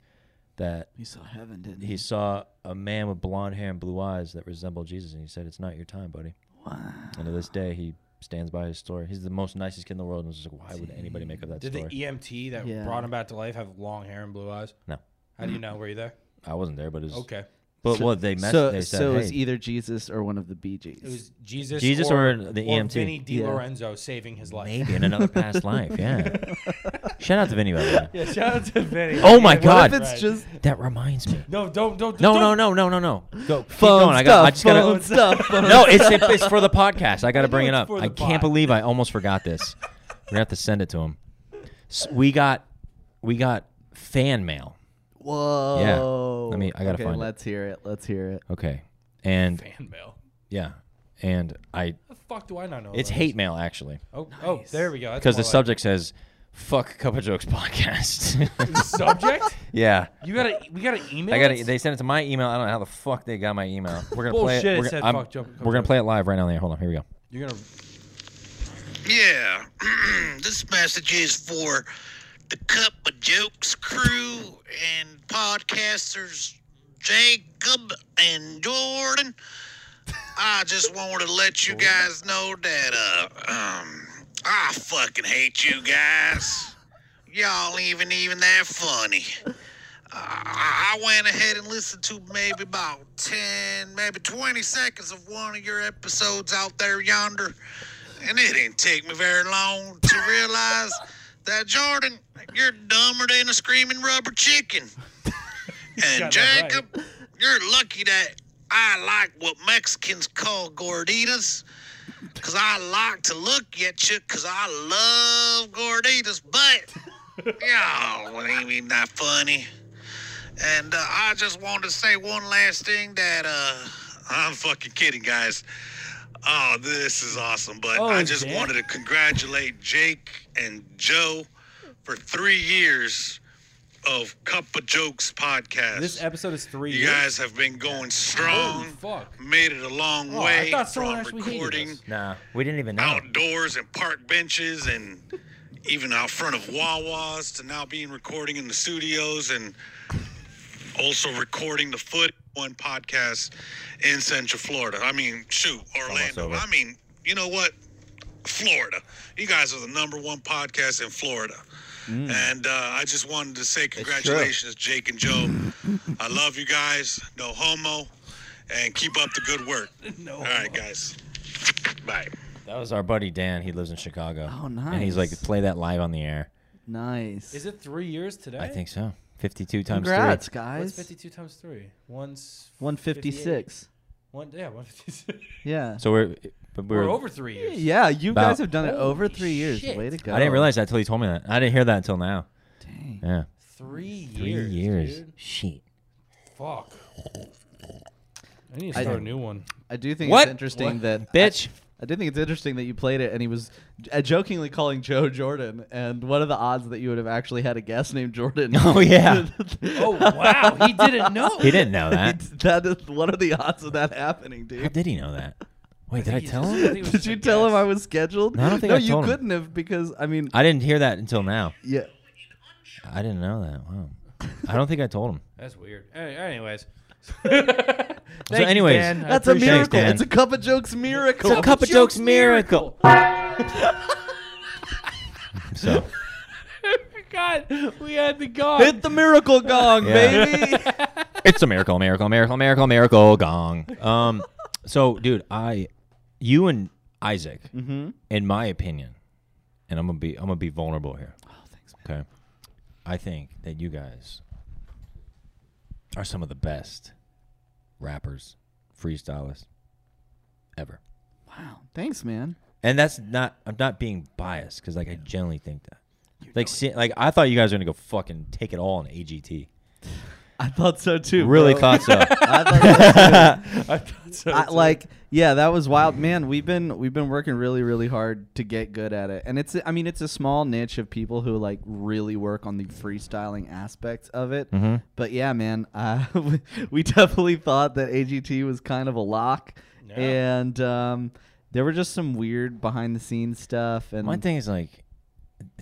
that He saw heaven, didn't he saw a man with blonde hair and blue eyes that resembled Jesus, and he said, "It's not your time, buddy." And to this day, he stands by his story. He's the most nicest kid in the world, and was just like, "Why would anybody make up that Did the story?" EMT that Yeah. brought him back to life have long hair and blue eyes? No. How do you know? Were you there? I wasn't there, but it was, Okay. but what they messed, so they said, so it hey, was either Jesus or one of the Bee Gees. It was Jesus, Jesus or, or the E EMT? Vinny Yeah. DiLorenzo saving his life. Maybe in another past life, yeah. Shout out to Vinny by the way. Yeah, shout out to Vinny. Oh my Yeah, what God. What if it's Right. just That reminds me. No, don't, don't, No, don't- no, no, no, no, no. Go keep going. phone stuff, I got. I just gotta. phone stuff? phone- No, it's it, it's for the podcast. I gotta know bring it it's up. for I the can't pod. believe I almost forgot this. We're gonna have to send it to him. S we got, we got fan mail. Whoa. Let me- I gotta okay, find it. Let's hear it. Let's hear it. Okay, and Fan Oh, mail. yeah, and I. The fuck do I not know? It's about hate mail actually, this? Oh, oh, there we go. That's because the more like- subject says, "Fuck Couple Jokes Podcast." subject. yeah. You gotta, we gotta email. I got this? it. They sent it to my email. I don't know how the fuck they got my email. We're gonna play Bullshit, it. it We're, said gonna, I'm- fuck Joe- we're gonna play it live right now. There. Hold on. Here we go. You're gonna. Yeah, this message is for the Cup of Jokes crew and podcasters Jacob and Jordan. I just wanted to let you guys know that uh, um, I fucking hate you guys. Y'all even even that funny. I I went ahead and listened to maybe about 10, maybe 20 seconds of one of your episodes out there yonder. And it didn't take me very long to realize that, Jordan, you're dumber than a screaming rubber chicken. And got that right. Jacob, you're lucky that I like what Mexicans call gorditas. Because I like to look at you because I love gorditas. But, y'all, ain't even that funny. And uh, I just wanted to say one last thing that uh, I'm fucking kidding, guys. Oh, this is awesome. But Oh, I is just it? wanted to congratulate Jake and Joe for three years of Cup of Jokes podcast. This episode is three. you years. guys have been going Holy strong. fuck. Made it a long Oh, I way thought someone from actually hated recording us. Nah, we didn't even know. outdoors and park benches and even out front of Wawa's to now being recording in the studios and also recording the Foot One podcast in Central Florida. I mean, shoot, Orlando. over. I mean, you know what? Florida. You guys are the number one podcast in Florida. And uh, I just wanted to say congratulations, Jake and Joe. I love you guys. No homo. And keep up the good work. No All right, guys. Bye. That was our buddy Dan. He lives in Chicago. Oh, And he's like, nice. play that live on the air. Nice. Is it three years today? I think so. 52 times Congrats, three. What's guys. 52 times three? One's 156. One, yeah, 156. Yeah. So we're, but we're, We're, over three years. yeah, you About- guys have done it over three years. shit. Way to go. I didn't realize that until he told me that. I didn't hear that until now. Dang. Yeah. Three, Three years. years. dude. Shit. Fuck. I need to start a new one. I do think What? it's interesting What? that Bitch. I do think it's interesting that you played it, and he was j- uh, jokingly calling Joe Jordan. And what are the odds that you would have actually had a guest named Jordan? Oh, yeah. Oh wow, he didn't know. He didn't know that. that is what are the odds of that happening, How dude? did he know that? Wait, did I He tell just- I him? think it was Did just you a tell him guess. I was scheduled? No, I don't think no, I you told him. couldn't have because I mean, I didn't hear that until now. yeah. I didn't know that. Wow. I don't think I told him. That's weird. Any- Anyways. Thank you, anyways, Dan. I That's a appreciate it, miracle. Dan. it's a cup of jokes miracle. cup of jokes miracle. so God, we had the god. Hit the miracle gong, Yeah. baby. it's a miracle, miracle, miracle, miracle, miracle gong. Um, so dude, I, you and Isaac, Mm-hmm. in my opinion, and I'm gonna be I'm gonna be vulnerable here. Oh, thanks. Okay, I think that you guys are some of the best rappers, freestylists ever. wow. Thanks, man. And that's not I'm not being biased because like I generally think that. Like, see, like I thought you guys were gonna go fucking take it all in AGT. I thought so too. Really bro. thought so. I thought so too. I thought so, I, too. like yeah that was wild man we've been we've been working really really hard to get good at it and it's i mean it's a small niche of people who like really work on the freestyling aspects of it but yeah man uh, we- we definitely thought that agt was kind of a lock Yeah. and um, there were just some weird behind the scenes stuff and My thing is like,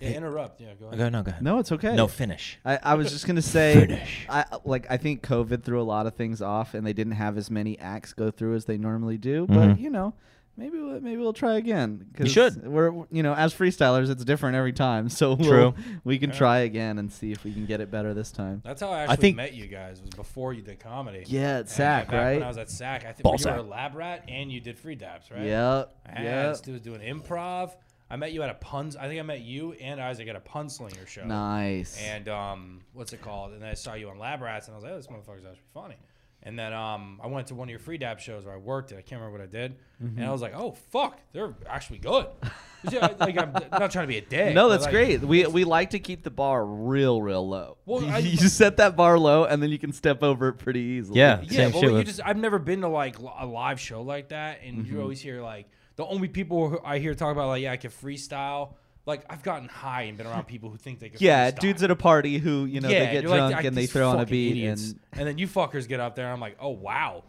Yeah, interrupt. Yeah, go ahead. go no, go ahead. no it's okay No finish. I, I was just gonna say, Finish. I like I think COVID threw a lot of things off, and they didn't have as many acts go through as they normally do. But you know, maybe we'll, maybe we'll try again. 'cause Mm-hmm. should. We're you know as freestylers, it's different every time. So we'll, True. we can try again and see if we can get it better this time. That's how I actually think- met you guys. Was before you did comedy. Yeah, at And, uh, SAC, back When right? I was at SAC, I think Ball you were sack. a lab rat and you did free dabs, right? Yep. I yep. was doing- doing improv. I met you at a puns. I think I met you and Isaac at a punslinger show. Nice. And um, what's it called? And then I saw you on Lab Rats, and I was like, oh, this motherfucker's actually funny. And then um, I went to one of your free dab shows where I worked, and I can't remember what I did. Mm-hmm. And I was like, oh fuck, they're actually good. 'Cause, yeah, like I'm not trying to be a dick. no, but, that's like, great. We we like to keep the bar real, real low. Well, you I- just set that bar low, and then you can step over it pretty easily. Yeah. Yeah, Same well, shit you with- just I've never been to like li- a live show like that, and Mm-hmm. you always hear like the only people who I hear talk about like yeah I can freestyle. Like I've gotten high and been around people who think they can. Yeah, freestyle. dudes at a party who you know they and get you're like, drunk "I- and they these throw on a fucking beat idiots." and and then you fuckers get up there, and I'm like, oh wow,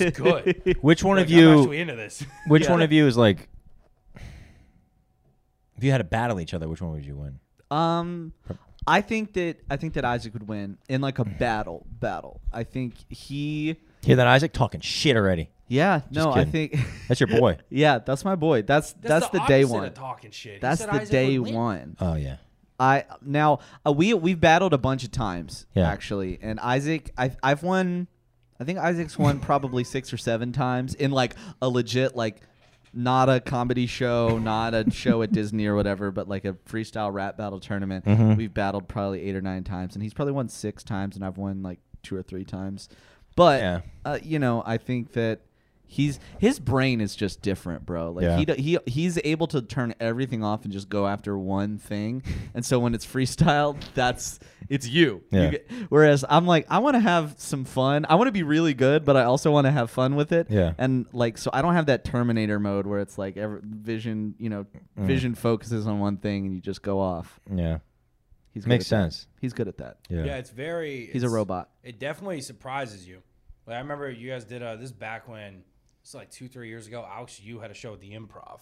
is good. Which one Like, of I'm you? actually into this? Which Yeah. one of you is like? If you had to battle each other, which one would you win? Um, I think that I think that Isaac would win in like a battle. Battle. I think he. Hear that, Isaac? Talking shit already. Yeah. no, I kidding. think. That's your boy. yeah, that's my boy. That's that's, the, opposite day of one. talking shit. He That's said the Isaac day would win. one. Oh yeah. I now uh, we we've battled a bunch of times Yeah. actually, and Isaac, I've I've won. I think Isaac's won probably six or seven times in like a legit like not a comedy show, not a show at Disney or whatever, but like a freestyle rap battle tournament. Mm-hmm. We've battled probably eight or nine times, and he's probably won six times, and I've won like two or three times. But Yeah. uh, you know, I think that. He's his brain is just different, bro. Like Yeah. he do- he he's able to turn everything off and just go after one thing. And so when it's freestyle, that's it's you. You Yeah. get- whereas I'm like, I want to have some fun. I want to be really good, but I also want to have fun with it. Yeah. And like, so I don't have that Terminator mode where it's like every, vision, you know, Mm. vision focuses on one thing and you just go off. Yeah. He's good Makes at that. sense. He's good at that. Yeah. Yeah, it's very. He's a it's- robot. It definitely surprises you. Like I remember you guys did uh, this back when it's like two, three years ago. Alex, you had a show at the Improv,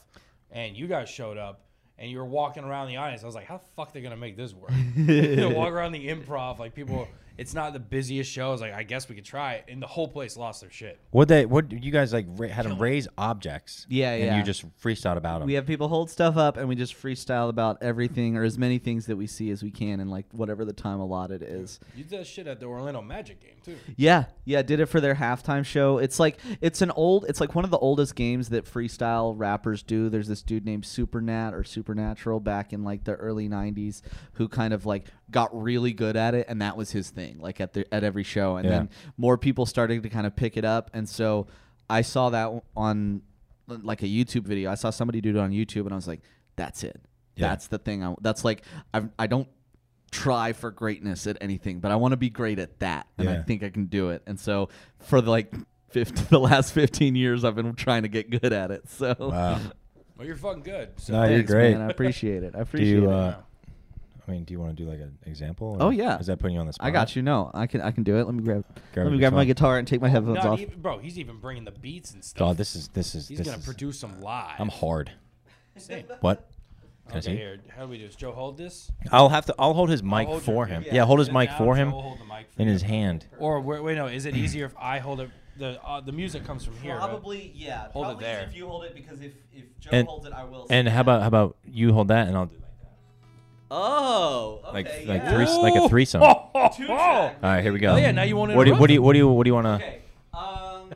and you guys showed up and you were walking around the audience. I was like, how the fuck they gonna make this work? you know, walk around the Improv like people. It's not the busiest show. I was like, I guess we could try it, and the whole place lost their shit. What they? What you guys like? Ra- had them raise objects. Yeah, and yeah. you just freestyle about them. We have people hold stuff up and we just freestyle about everything or as many things that we see as we can in like whatever the time allotted is. You did that shit at the Orlando Magic game too. Yeah, yeah, did it for their halftime show. It's like it's an old, it's like one of the oldest games that freestyle rappers do. There's this dude named Supernat or Supernatural back in like the early '90s who kind of like got really good at it, and that was his thing. Like at the at every show, and Yeah. then more people started to kind of pick it up, and so I saw that on like a YouTube video. I saw somebody do it on YouTube, and I was like, that's it. Yeah. That's the thing. I, that's like I've, I don't try for greatness at anything, but I want to be great at that, and I Yeah. think I can do it. And so for the, like 50, the last fifteen years, I've been trying to get good at it. So Wow. Well, you're fucking good. So No, you're Thanks, great. man. I appreciate it. I do appreciate you? it. Uh, I mean, do you want to do like an example? or Oh, yeah. Is that putting you on the spot? I got you. No, I can I can do it. Let me grab, Grab let your me grab guitar. my guitar and take my headphones Not off. even- bro, he's even bringing the beats and stuff. God, this is this is he's this gonna is- produce them live. I'm hard. Same. What? Can I Okay, see? here. How do we do this? Joe, hold this. I'll have to. I'll hold his mic hold for your- him. Yeah, yeah. hold his And mic now for Joe him will hold the mic for in you. his hand. Or wait, wait, no. Is it easier if I hold it? The uh, the music comes from here. but- yeah. Hold it probably there. if you hold it because if if Joe And- holds it, I will. And how about how about you hold that and I'll do like that. oh, Like like three Uh, like a Ooh. threesome. All Oh, oh, oh. right, here we go. Oh, yeah, now you wanna What do you, interrupt what do you what do you what do you want to? Okay. Um,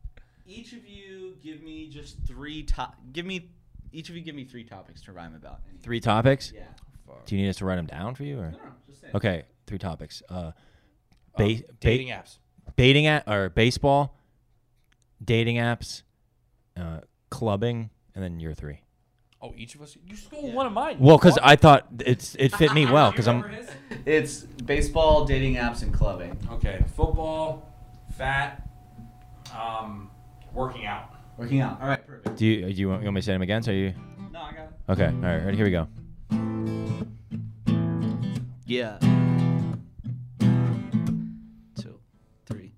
each of you give me just three top. Give me each of you give me three topics to rhyme about. Three topics. Yeah. Do you need us to write them down for you or? No, just say. Okay, three topics. Uh, Oh, ba- dating ba- apps. dating app or baseball, dating apps, uh, clubbing, and then your three. Oh, each of us. You stole one of mine. Well, because I thought it's it fit me well because I'm It's baseball, dating apps, and clubbing. Okay, football, fat, um, working out. Working out. All right. Perfect. Do you, do you, want, you want me to say them again? So you No, I got it. okay? All right, ready, here we go. Yeah. Two, three,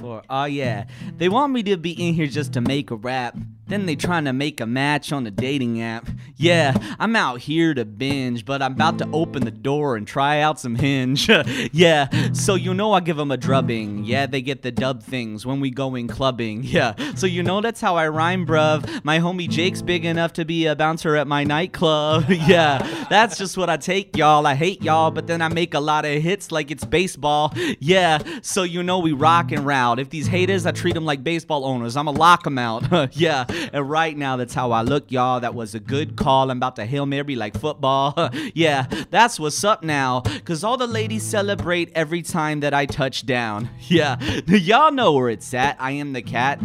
four. Oh yeah. They want me to be in here just to make a rap. Then they trying to make a match on the dating app. Yeah, I'm out here to binge, but I'm about to open the door and try out some hinge. yeah, so you know I give them a drubbing. Yeah, they get the dub things when we going clubbing. Yeah, so you know that's how I rhyme, bruv. My homie Jake's big enough to be a bouncer at my nightclub. yeah, that's just what I take, y'all. I hate y'all, but then I make a lot of hits like it's baseball. Yeah, so you know we rock and round. If these haters, I treat them like baseball owners. I'ma lock them out. yeah, and right now that's how I look, y'all. That was a good call. I'm about to Hail Mary like football. yeah, that's what's up now. Cause all the ladies celebrate every time that I touch down. Yeah, y'all know where it's at. I am the cat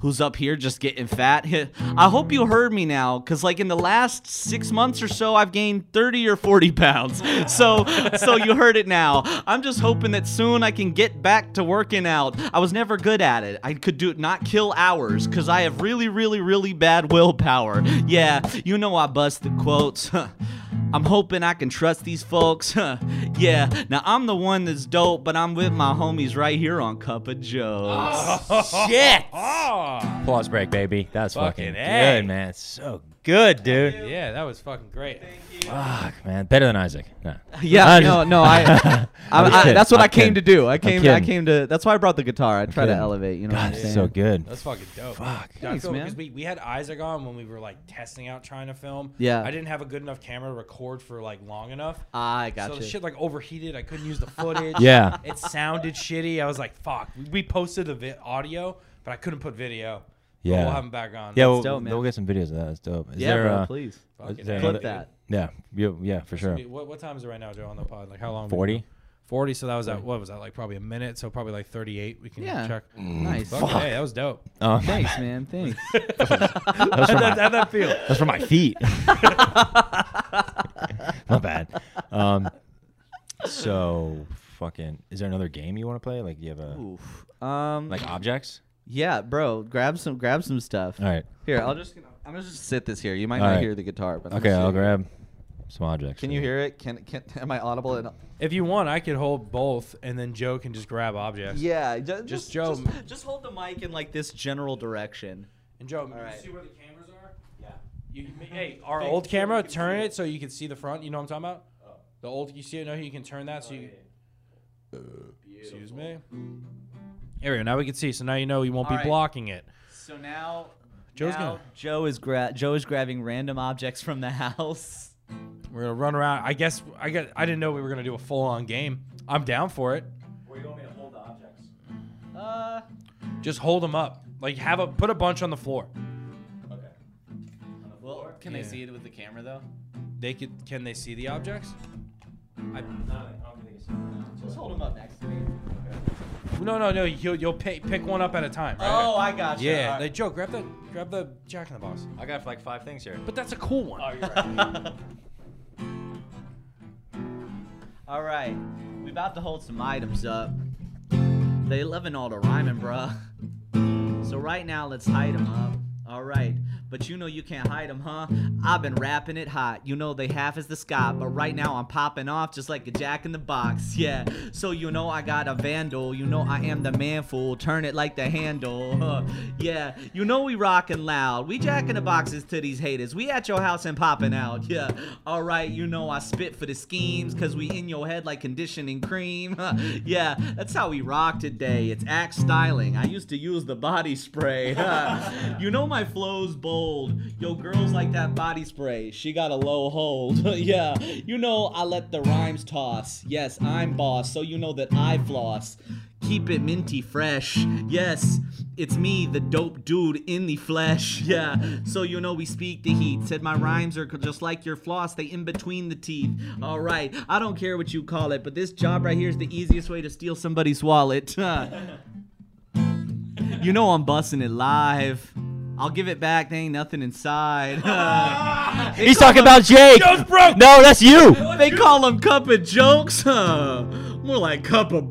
who's up here just getting fat. I hope you heard me now, cause like in the last six months or so, I've gained 30 or 40 pounds. So, so you heard it now. I'm just hoping that soon I can get back to working out. I was never good at it. I could do not kill hours, cause I have really, really, really bad willpower. Yeah, you know I bust the quotes. I'm hoping I can trust these folks. Huh. Yeah, now I'm the one that's dope, but I'm with my homies right here on Cup of Joe. shit! Ah. Applause break, baby. That's fucking, Fucking A. good, man. It's so good, dude. Yeah, that was fucking great. Fuck, man, better than Isaac. No. Yeah, I'm no, just- no. I, I, I'm I- kidding. that's what I'm i came kidding. to do. I I'm came. I kidding. came to. That's why I brought the guitar. I try to kidding. elevate. You know God, what I'm it's saying? so good. That's fucking dope. Fuck. Yeah, I Thanks, feel- man. 'cause We, we had Isaac on when we were like testing out trying to film. Yeah. Ah, I didn't have a good enough camera to record for like long enough. I got So you. the shit like overheated. I couldn't use the footage. Yeah. It sounded shitty. I was like, fuck. We- We posted the vi- audio, but I couldn't put video. But Yeah. We'll have him back on. Yeah, That's we'll, dope, man. we'll get some videos of that. That's dope. Is yeah, there, bro, uh, please. fucking is there A. Clip another- that. Yeah, yeah, yeah, for sure. Wait, What, what time is it right now, Joe, on the pod? Like how long? we- Forty. 40. So that was at, what was that? Like probably a minute. So probably like 38. We can Yeah. check. Mm, Nice. Fuck, Hey, that was dope. Um, Thanks, man. Thanks. that's from How'd my, that, how'd that feel? that's from my feet. Not bad. Um, so fucking. Is there another game you want to play? Like, do you have a Oof. Um. like objects? yeah, bro. Grab some. Grab some stuff. All right. Here, I'll just. I'm gonna just sit this here. You might All not right. hear the guitar, but I'm Okay, just I'll sitting- grab some objects. Can for you hear it? Can can? Am I audible? And If you want, I could hold both, and then Joe can just grab objects. yeah, just, Just Joe. Just, just hold the mic in like this general direction. And Joe, you right. see where the cameras are? Yeah. You, you ma- hey, our old camera, turn it so you Oh. can see the front. You know what I'm talking about? The old, you see it now? You can turn that so you. Uh, Excuse me. There we go. Now we can see. So now you know you won't be All right. blocking it. So now, Joe's now gonna- Joe is gra- Joe is grabbing random objects from the house. We're gonna run around. I guess I got. I didn't know we were gonna do a full-on game. I'm down for it. Uh, Just hold them up. Like have a put a bunch on the floor. Well, can Yeah. they see it with the camera though? They could. Can they see the objects? I, just hold him up next to me. no, no, no. You'll you'll pick pick one up at a time. Right? Oh, I got you. Yeah, like Joe, grab the grab the Jack in the Box. I got like five things here. But that's a cool one. All right, we about to hold some items up. They loving all the rhyming, bruh. So right now, let's hide them up. All right, but you know you can't hide them, huh? I've been rapping it hot. You know they half is the sky, but right now I'm popping off just like a jack in the box. Yeah. So you know I got a vandal. You know I am the man fool. Turn it like the handle. huh. Yeah. You know we rockin' loud. We jack in the boxes to these haters. We at your house and popping out. Yeah. All right. You know I spit for the schemes, cause we in your head like conditioning cream. huh. yeah. That's how we rock today. It's axe styling. I used to use the body spray. you know my flow's bold. Yo, girls like that body spray. She got a low hold. yeah. You know I let the rhymes toss. Yes, I'm boss, so you know that I floss. Keep it minty fresh. Yes, it's me, the dope dude in the flesh. Yeah, so you know we speak the heat. Said my rhymes are just like your floss, they in between the teeth. All right, I don't care what you call it, but this job right here is the easiest way to steal somebody's wallet. You know I'm busting it live. I'll give it back. There ain't nothing inside. He's talking about Jake. broke. No, that's you. they call him cup of jokes. Huh? More like cup of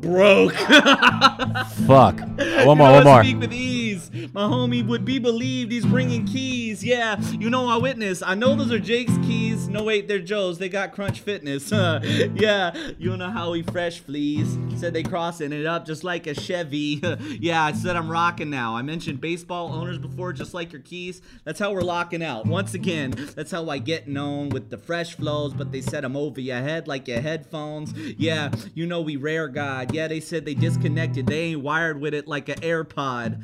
broke. Fuck. One more, you know, one I more. Speak with ease. My homie would be believed. He's bringing keys. Yeah, you know I witness. I know those are Jake's keys. No wait, they're Joe's. They got crunch fitness. Huh? Yeah, you know how he fresh fleas. Said they crossing it up just like a Chevy. yeah, I said I'm rocking now. I mentioned baseball owners before, just like your keys. That's how we're locking out. Once again, that's how I get known with the fresh flows. But they said I'm over your head like your headphones. Yeah, you know we rare God. Yeah, they said they disconnected. They ain't wired with it like an AirPod.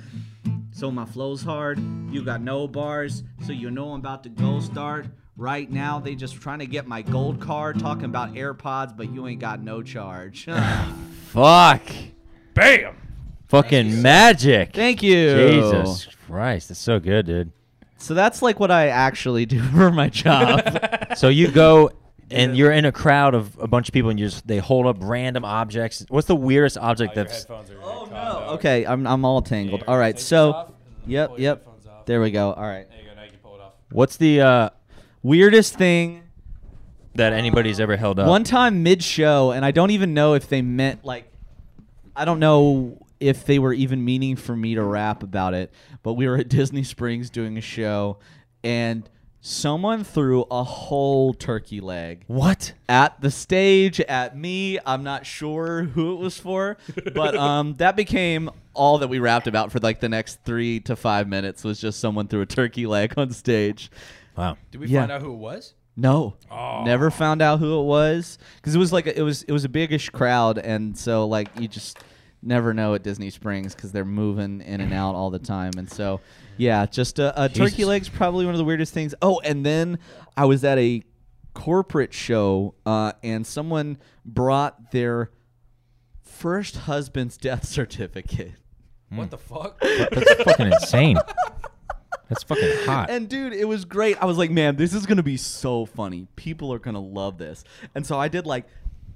So my flow's hard. You got no bars. So you know I'm about to go start. Right now, they just trying to get my gold card, talking about AirPods, but you ain't got no charge. Fuck. Bam. Fucking magic. Thank you. Jesus Christ, that's so good, dude. So that's like what I actually do for my job. So you go and you're in a crowd of a bunch of people, and you just they hold up random objects. What's the weirdest object Your that's headphones are gonna oh get caught no. out. Okay, I'm I'm all tangled. All right. Take this So, off, and then yep, pull your yep. headphones off. There we go. All right. There you go. Now you can pull it off. what's the uh, Weirdest thing. that anybody's ever held up? One time mid show, and I don't even know if they meant like, I don't know if they were even meaning for me to rap about it, but we were at Disney Springs doing a show, and someone threw a whole turkey leg What? at the stage at me. I'm not sure who it was for, but um, that became all that we rapped about for like the next three to five minutes was just someone threw a turkey leg on stage. Wow. Did we Yeah. find out who it was? No, Oh. never found out who it was because it was like a, it was it was a biggish crowd, and so like you just never know at Disney Springs because they're moving in and out all the time, and so yeah, just a, a turkey Jesus. leg's probably one of the weirdest things. Oh, and then I was at a corporate show, uh, and someone brought their first husband's death certificate. What the fuck? That's fucking insane. That's fucking hot. And dude, it was great. I was like, man, this is gonna be so funny. People are gonna love this. And so I did like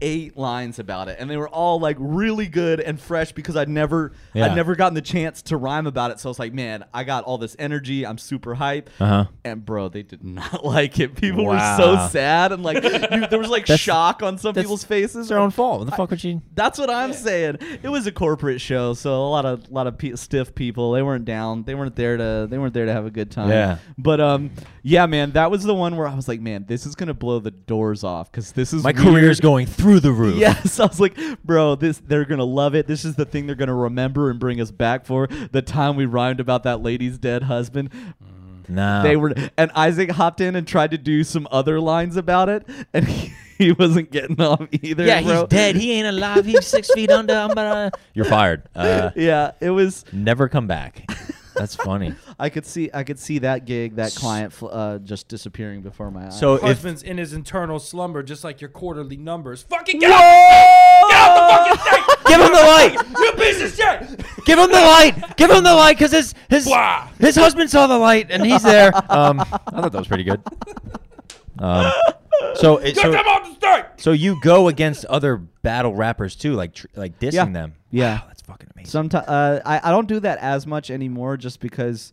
eight lines about it, and they were all like really good and fresh because I'd never, Yeah. I'd never gotten the chance to rhyme about it. So I was like, man, I got all this energy. I'm super hype. Uh-huh. And bro, they did not like it. People Wow. were so sad, and like you, there was like That's- shock on some that's people's faces. their own fault. What the fuck would you? That's what I'm saying. It was a corporate show, so a lot of lot of pe- stiff people. They weren't down. They weren't there to. They weren't there to have a good time. Yeah. But um, yeah, man, that was the one where I was like, man, this is gonna blow the doors off because this is My weird. career's going through the roof. Yes, I was like, bro, this they're gonna love it. This is the thing they're gonna remember and bring us back for the time we rhymed about that lady's dead husband. Nah. They were and Isaac hopped in and tried to do some other lines about it, and he, he wasn't getting off either. Yeah, bro. he's dead. He ain't alive. He's six feet under. I'm gonna. You're fired. Uh, yeah, it was. never come back. That's funny. I could see I could see that gig, that client fl- uh, just disappearing before my eyes. So if Husband's in his internal slumber, just like your quarterly numbers. Fucking get out! Get out the fucking thing! give him the light, You piece of shit! give him the light, give him the light, because his his Blah. his husband saw the light and he's there. Um, I thought that was pretty good. Um, so it, Get so them off the stage! so you go against other battle rappers too, like tr- like dissing Yeah. them. Yeah. wow, Oh, that's fucking amazing. sometimes uh, I I don't do that as much anymore, just because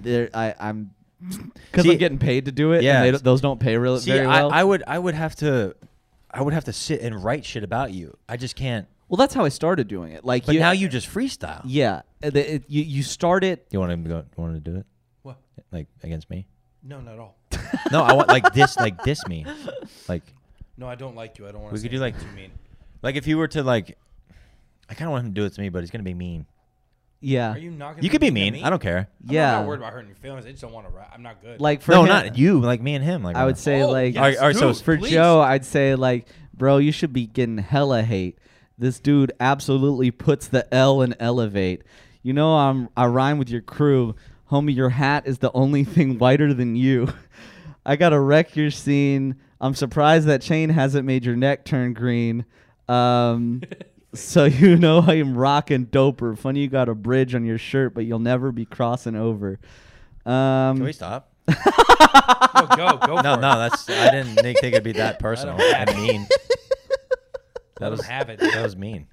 there I I'm because See- I'm getting paid to do it. Yeah. and they, don't- those don't pay real See, very I, well. I would I would have to I would have to sit and write shit about you. I just can't. well, that's how I started doing it. Like But you, now you just freestyle. yeah, uh, the- it- you you start it. You want him to go? You want him to do it? What? Like against me? No, not at all. No, I want like this, like diss me, like No, I don't like you. I don't want to. We could do, like- too mean. like if you were to like, I kind of want him to do it to me, but he's gonna be mean. Yeah, Are you not? Gonna You could be at mean. me? I don't care. yeah. I'm not worried about hurting your feelings. I just don't want to. Rap. I'm not good. like for no, him- not you. Like me and him. Like I would uh, say Oh, like yes, Alright, alright, so dude, for please. Joe, I'd say like, bro, you should be getting hella hate. This dude absolutely puts the L in elevate. You know I'm I rhyme with your crew, homie. Your hat is the only thing whiter than you. I gotta wreck your scene. I'm surprised that chain hasn't made your neck turn green. Um, so you know I am rocking doper. Funny you got a bridge on your shirt, but you'll never be crossing over. Um, Can we stop? no, go, go. No, no. for it. That's I didn't think think it'd be that personal and have it. mean. That Let was him have it. That was mean.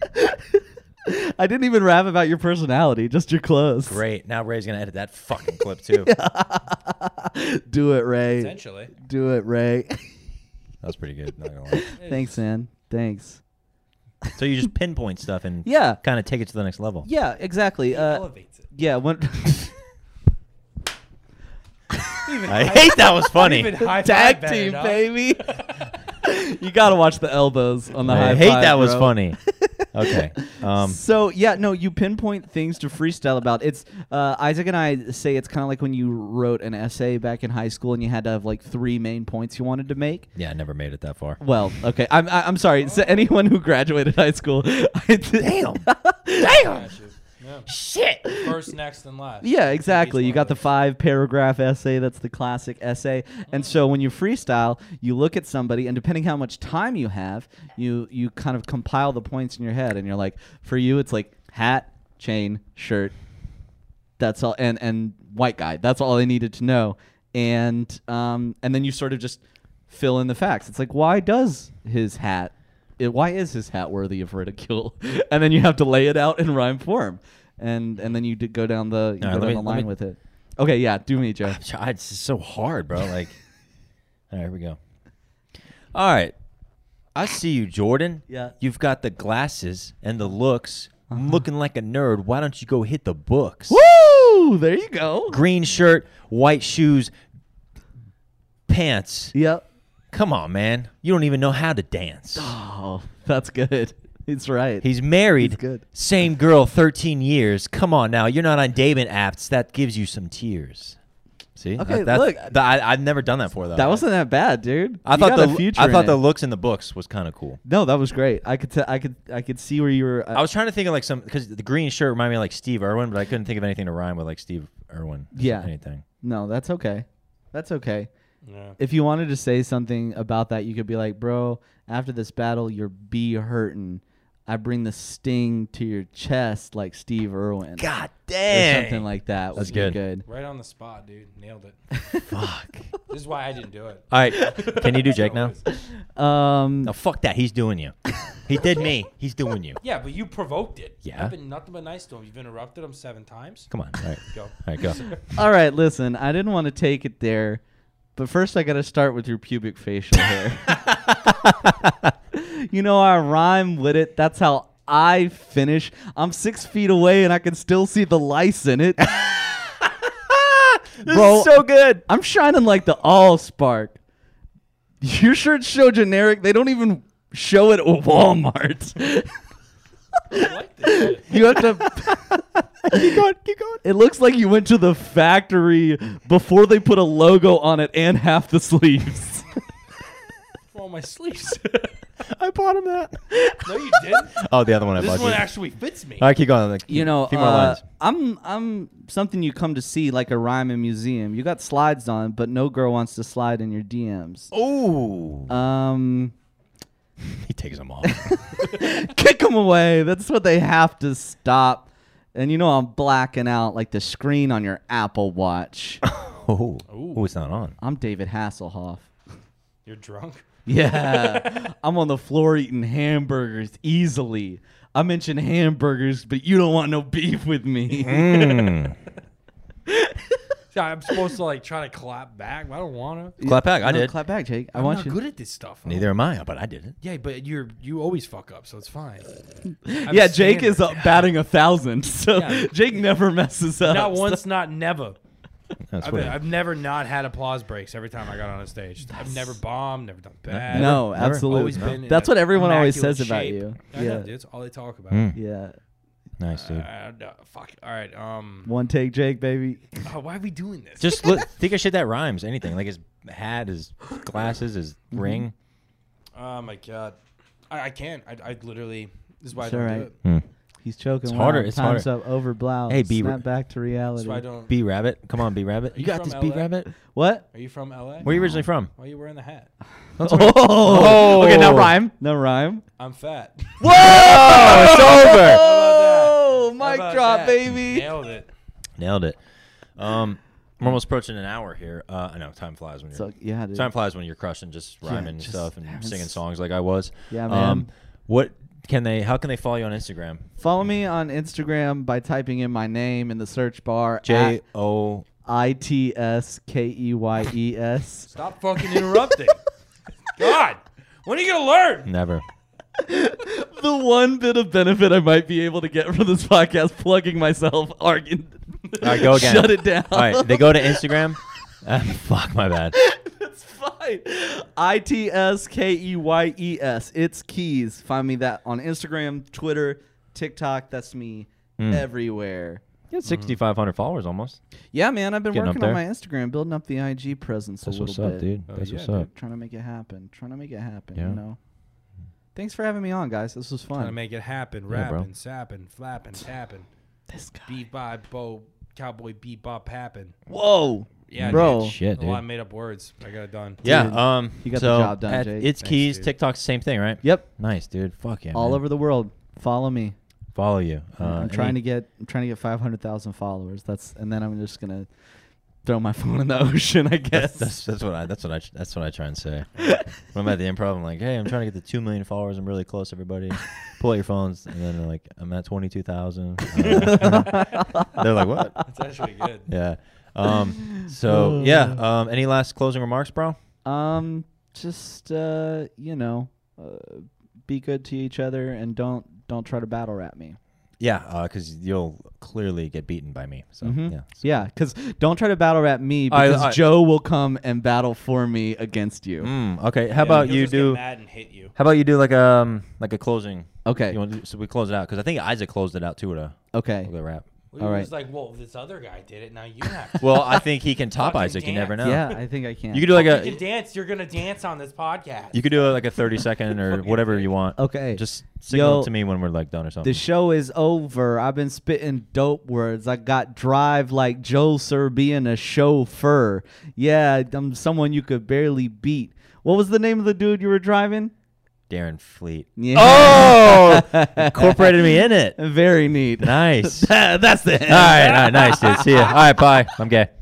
I didn't even rap about your personality, just your clothes. Great. Now Ray's gonna edit that fucking clip too. That Do it, Ray. Essentially, Do it, Ray. was pretty good. Not gonna lie. Thanks, man. Thanks. So you just pinpoint stuff and Yeah. kind of take it to the next level. Yeah, exactly. Uh, elevates it. yeah, when Even I hate that was funny. Even high tag five better, team, dog. baby. you gotta watch the elbows on the high I hate five, that was bro. funny. Okay. Um, so yeah, no, you pinpoint things to freestyle about. It's uh, Isaac and I say it's kind of like when you wrote an essay back in high school and you had to have like three main points you wanted to make. yeah, I never made it that far. Well, okay. I'm I- I'm sorry. So anyone who graduated high school, I th- damn, damn. Got you. Yeah. Shit. First, next, and last. Yeah, exactly. Each You got the one five paragraph essay. That's the classic essay. And so when you freestyle, you look at somebody, and depending how much time you have, you you kind of compile the points in your head, and you're like, for you, it's like hat, chain, shirt. That's all, and and white guy. That's all I needed to know. And um and then you sort of just fill in the facts. It's like, why does his hat? It, why is his hat worthy of ridicule? and then you have to lay it out in rhyme form, and and then you d- go down the you All right, let go down me- the let line me- with it. Okay, yeah, do me, Joe. God, it's just so hard, bro. Like, all right, here we go. All right, I see you, Jordan. Yeah. Uh-huh. You've got the glasses and the looks. Looking like a nerd. Why don't you go hit the books? Woo! There you go. Green shirt, white shoes, pants. Yep. Come on, man. You don't even know how to dance. Oh, that's good. It's right. He's married. He's good. Same girl, 13 years. Come on now. You're not on dating apps. That gives you some tears. See, Okay, That- that's, look. that- I, I've never done that before though. That wasn't that bad, dude. I You thought got the a future. I in thought it. the looks in the books was kind of cool. no, that was great. I could t- I could I could see where you were. Uh, I was trying to think of like some because the green shirt reminded me of like Steve Irwin, but I couldn't think of anything to rhyme with like Steve Irwin. Yeah. anything. no, that's okay. That's okay. Yeah. If you wanted to say something about that, you could be like, "Bro, after this battle, you're be hurting. I bring the sting to your chest like Steve Irwin." God Or damn. something like that. That's would be good. good. Right on the spot, dude. Nailed it. Fuck. This is why I didn't do it. All right, can you do Jake now? Um, No, fuck that. He's doing you. He did me. He's doing you. Yeah, but you provoked it. Yeah. I've been nothing but nice to him. You've interrupted him seven times. Come on. All right. Go. All right, go. All right, listen, I didn't want to take it there, but first I got to start with your pubic facial hair. you know, I rhyme with it. That's how I finish. I'm six feet away and I can still see the lice in it. this Bro, is so good. I'm shining like the all spark. Your shirts show generic. They don't even show it at Walmart. I like this shit. you have to. Keep going. Keep going. It looks like you went to the factory before they put a logo on it and half the sleeves. For all my sleeves. I bought him that. no, you didn't. Oh, the other one I This bought. one you. actually fits me. All right, keep going. Like, you know, a few more uh, lines. I'm I'm something you come to see like a rhyme in museum. You got slides on, but no girl wants to slide in your DMs. Oh, Um, he takes them off. kick them away. That's what they have to stop. And you know I'm blacking out like the screen on your Apple Watch. oh, oh, it's not on. I'm David Hasselhoff. You're drunk. Yeah, I'm on the floor eating hamburgers easily. I mention hamburgers, but you don't want no beef with Mm-hmm. me. Yeah, I'm supposed to like try to clap back, but I don't want to. Clap back. I No, did. Clap back, Jake. I I'm want not you. good at this stuff. I don't- Neither am I, but I did it. Yeah, but you're you always fuck up, so it's fine. I have yeah, a Jake is standard. up batting a thousand, so Yeah. Jake never messes up. not once, not never. That's I've, what. been- I've never not had applause breaks every time I got on a stage. I've never bombed, never done bad. no, Never. absolutely. Always not. been in That's that what everyone always immaculate says about shape. you. I yeah, Mm. know, dude. It's all they talk about. yeah. nice, dude. Uh, no, fuck. All right. Um. One take, Jake, baby. oh, why are we doing this? Just look, think of shit that rhymes. Anything like his hat, his glasses, his ring. oh my god. I, I can't. I, I literally. This is why It's I don't alright. do it. He's choking. It's harder, wild. it's Time's up. Over blouse. Hey, B- Snap back to This reality. is why I don't. B Rabbit, come on, B Rabbit. You got from this, B LA? Rabbit. What? Are you from LA? Where are you originally from? Why are you wearing the hat? Oh. Okay, no rhyme. No rhyme. I'm fat. Whoa, it's over. Oh, How mic about drop, that? baby. Nailed it. Nailed it. Um, we're almost approaching an hour here. Uh, I know time flies when you're So, yeah, dude. time flies when you're crushing, just rhyming and just stuff and having singing s- songs like I was. Yeah, Um, man. what can they? How can they follow you on Instagram? Follow me on Instagram by typing in my name in the search bar. J at O. I T S K E Y E S. Stop fucking interrupting. God, when are you gonna learn? Never. the one bit of benefit I might be able to get from this podcast plugging myself arguing. All right, go again. Shut it down. All right, they go to Instagram. Uh, fuck my bad. That's fine. I T S K E Y E S. It's keys. Find me that on Instagram, Twitter, TikTok. That's me Hmm. everywhere. You had 6,500 followers almost. Yeah, man, I've been Getting up working on my there. Instagram, building up the IG presence That's a little what's up, bit. dude. Oh, That's yeah, what's dude. up. Trying to make it happen. Trying to make it happen. Yeah. You know. Thanks for having me on, guys. This was Trying to fun. make it happen. Yeah, bro. Rapping, sapping, flapping, tapping. This guy. Bebop, bo, cowboy bebop, happen. Whoa. Yeah, Bro. dude. Shit, A lot dude. of made up words. I got it done. Yeah. Um. you got the so job done, at Jake. It's Thanks, keys. dude. TikTok's same thing, right? Yep. Nice, dude. Fuck yeah. All man. over the world. Follow me. Follow you. Uh, I'm any- trying to get I'm trying to get 500,000 followers. That's and then I'm just gonna throw my phone in the ocean. I guess. That's, that's that's what I that's what I that's what I try and say. when I'm at the improv, I'm like, hey, I'm trying to get to two million followers. I'm really close, everybody. Pull out your phones, and then they're like, I'm at twenty two thousand. they're like, what? That's actually good. Yeah. Um. So yeah. Um. Any last closing remarks, bro? um, just uh, you know, uh, be good to each other and don't don't try to battle rap me. Yeah. Because you'll clearly get beaten by me. So Mhm. yeah. Yeah, because don't try to battle rap me I- because I- Joe will come and battle for me against you. Mm, okay. How about He'll you just get do? mad and hit you. How about you do like um like a closing? Okay, You want to, so we close it out because I think Isaac closed it out too with a okay. with a rap. We All was right. like, well, this other guy did it. Now you have to. Well, I think he can top Fucking Isaac. You never know. dance. Yeah, I think I can. You could do like you a can dance. You're gonna dance on this podcast. you could do like a thirty second or whatever you want. Okay. Just signal Yo, to me when we're like done or something. The show is over. I've been spitting dope words. I got drive like Joe Sir being a chauffeur. Yeah, I'm someone you could barely beat. What was the name of the dude you were driving? Darren Fleet. Yeah. Oh, incorporated me in it. Very neat. Nice. all That's the right, all right, nice dude. See ya. All right, bye. I'm gay.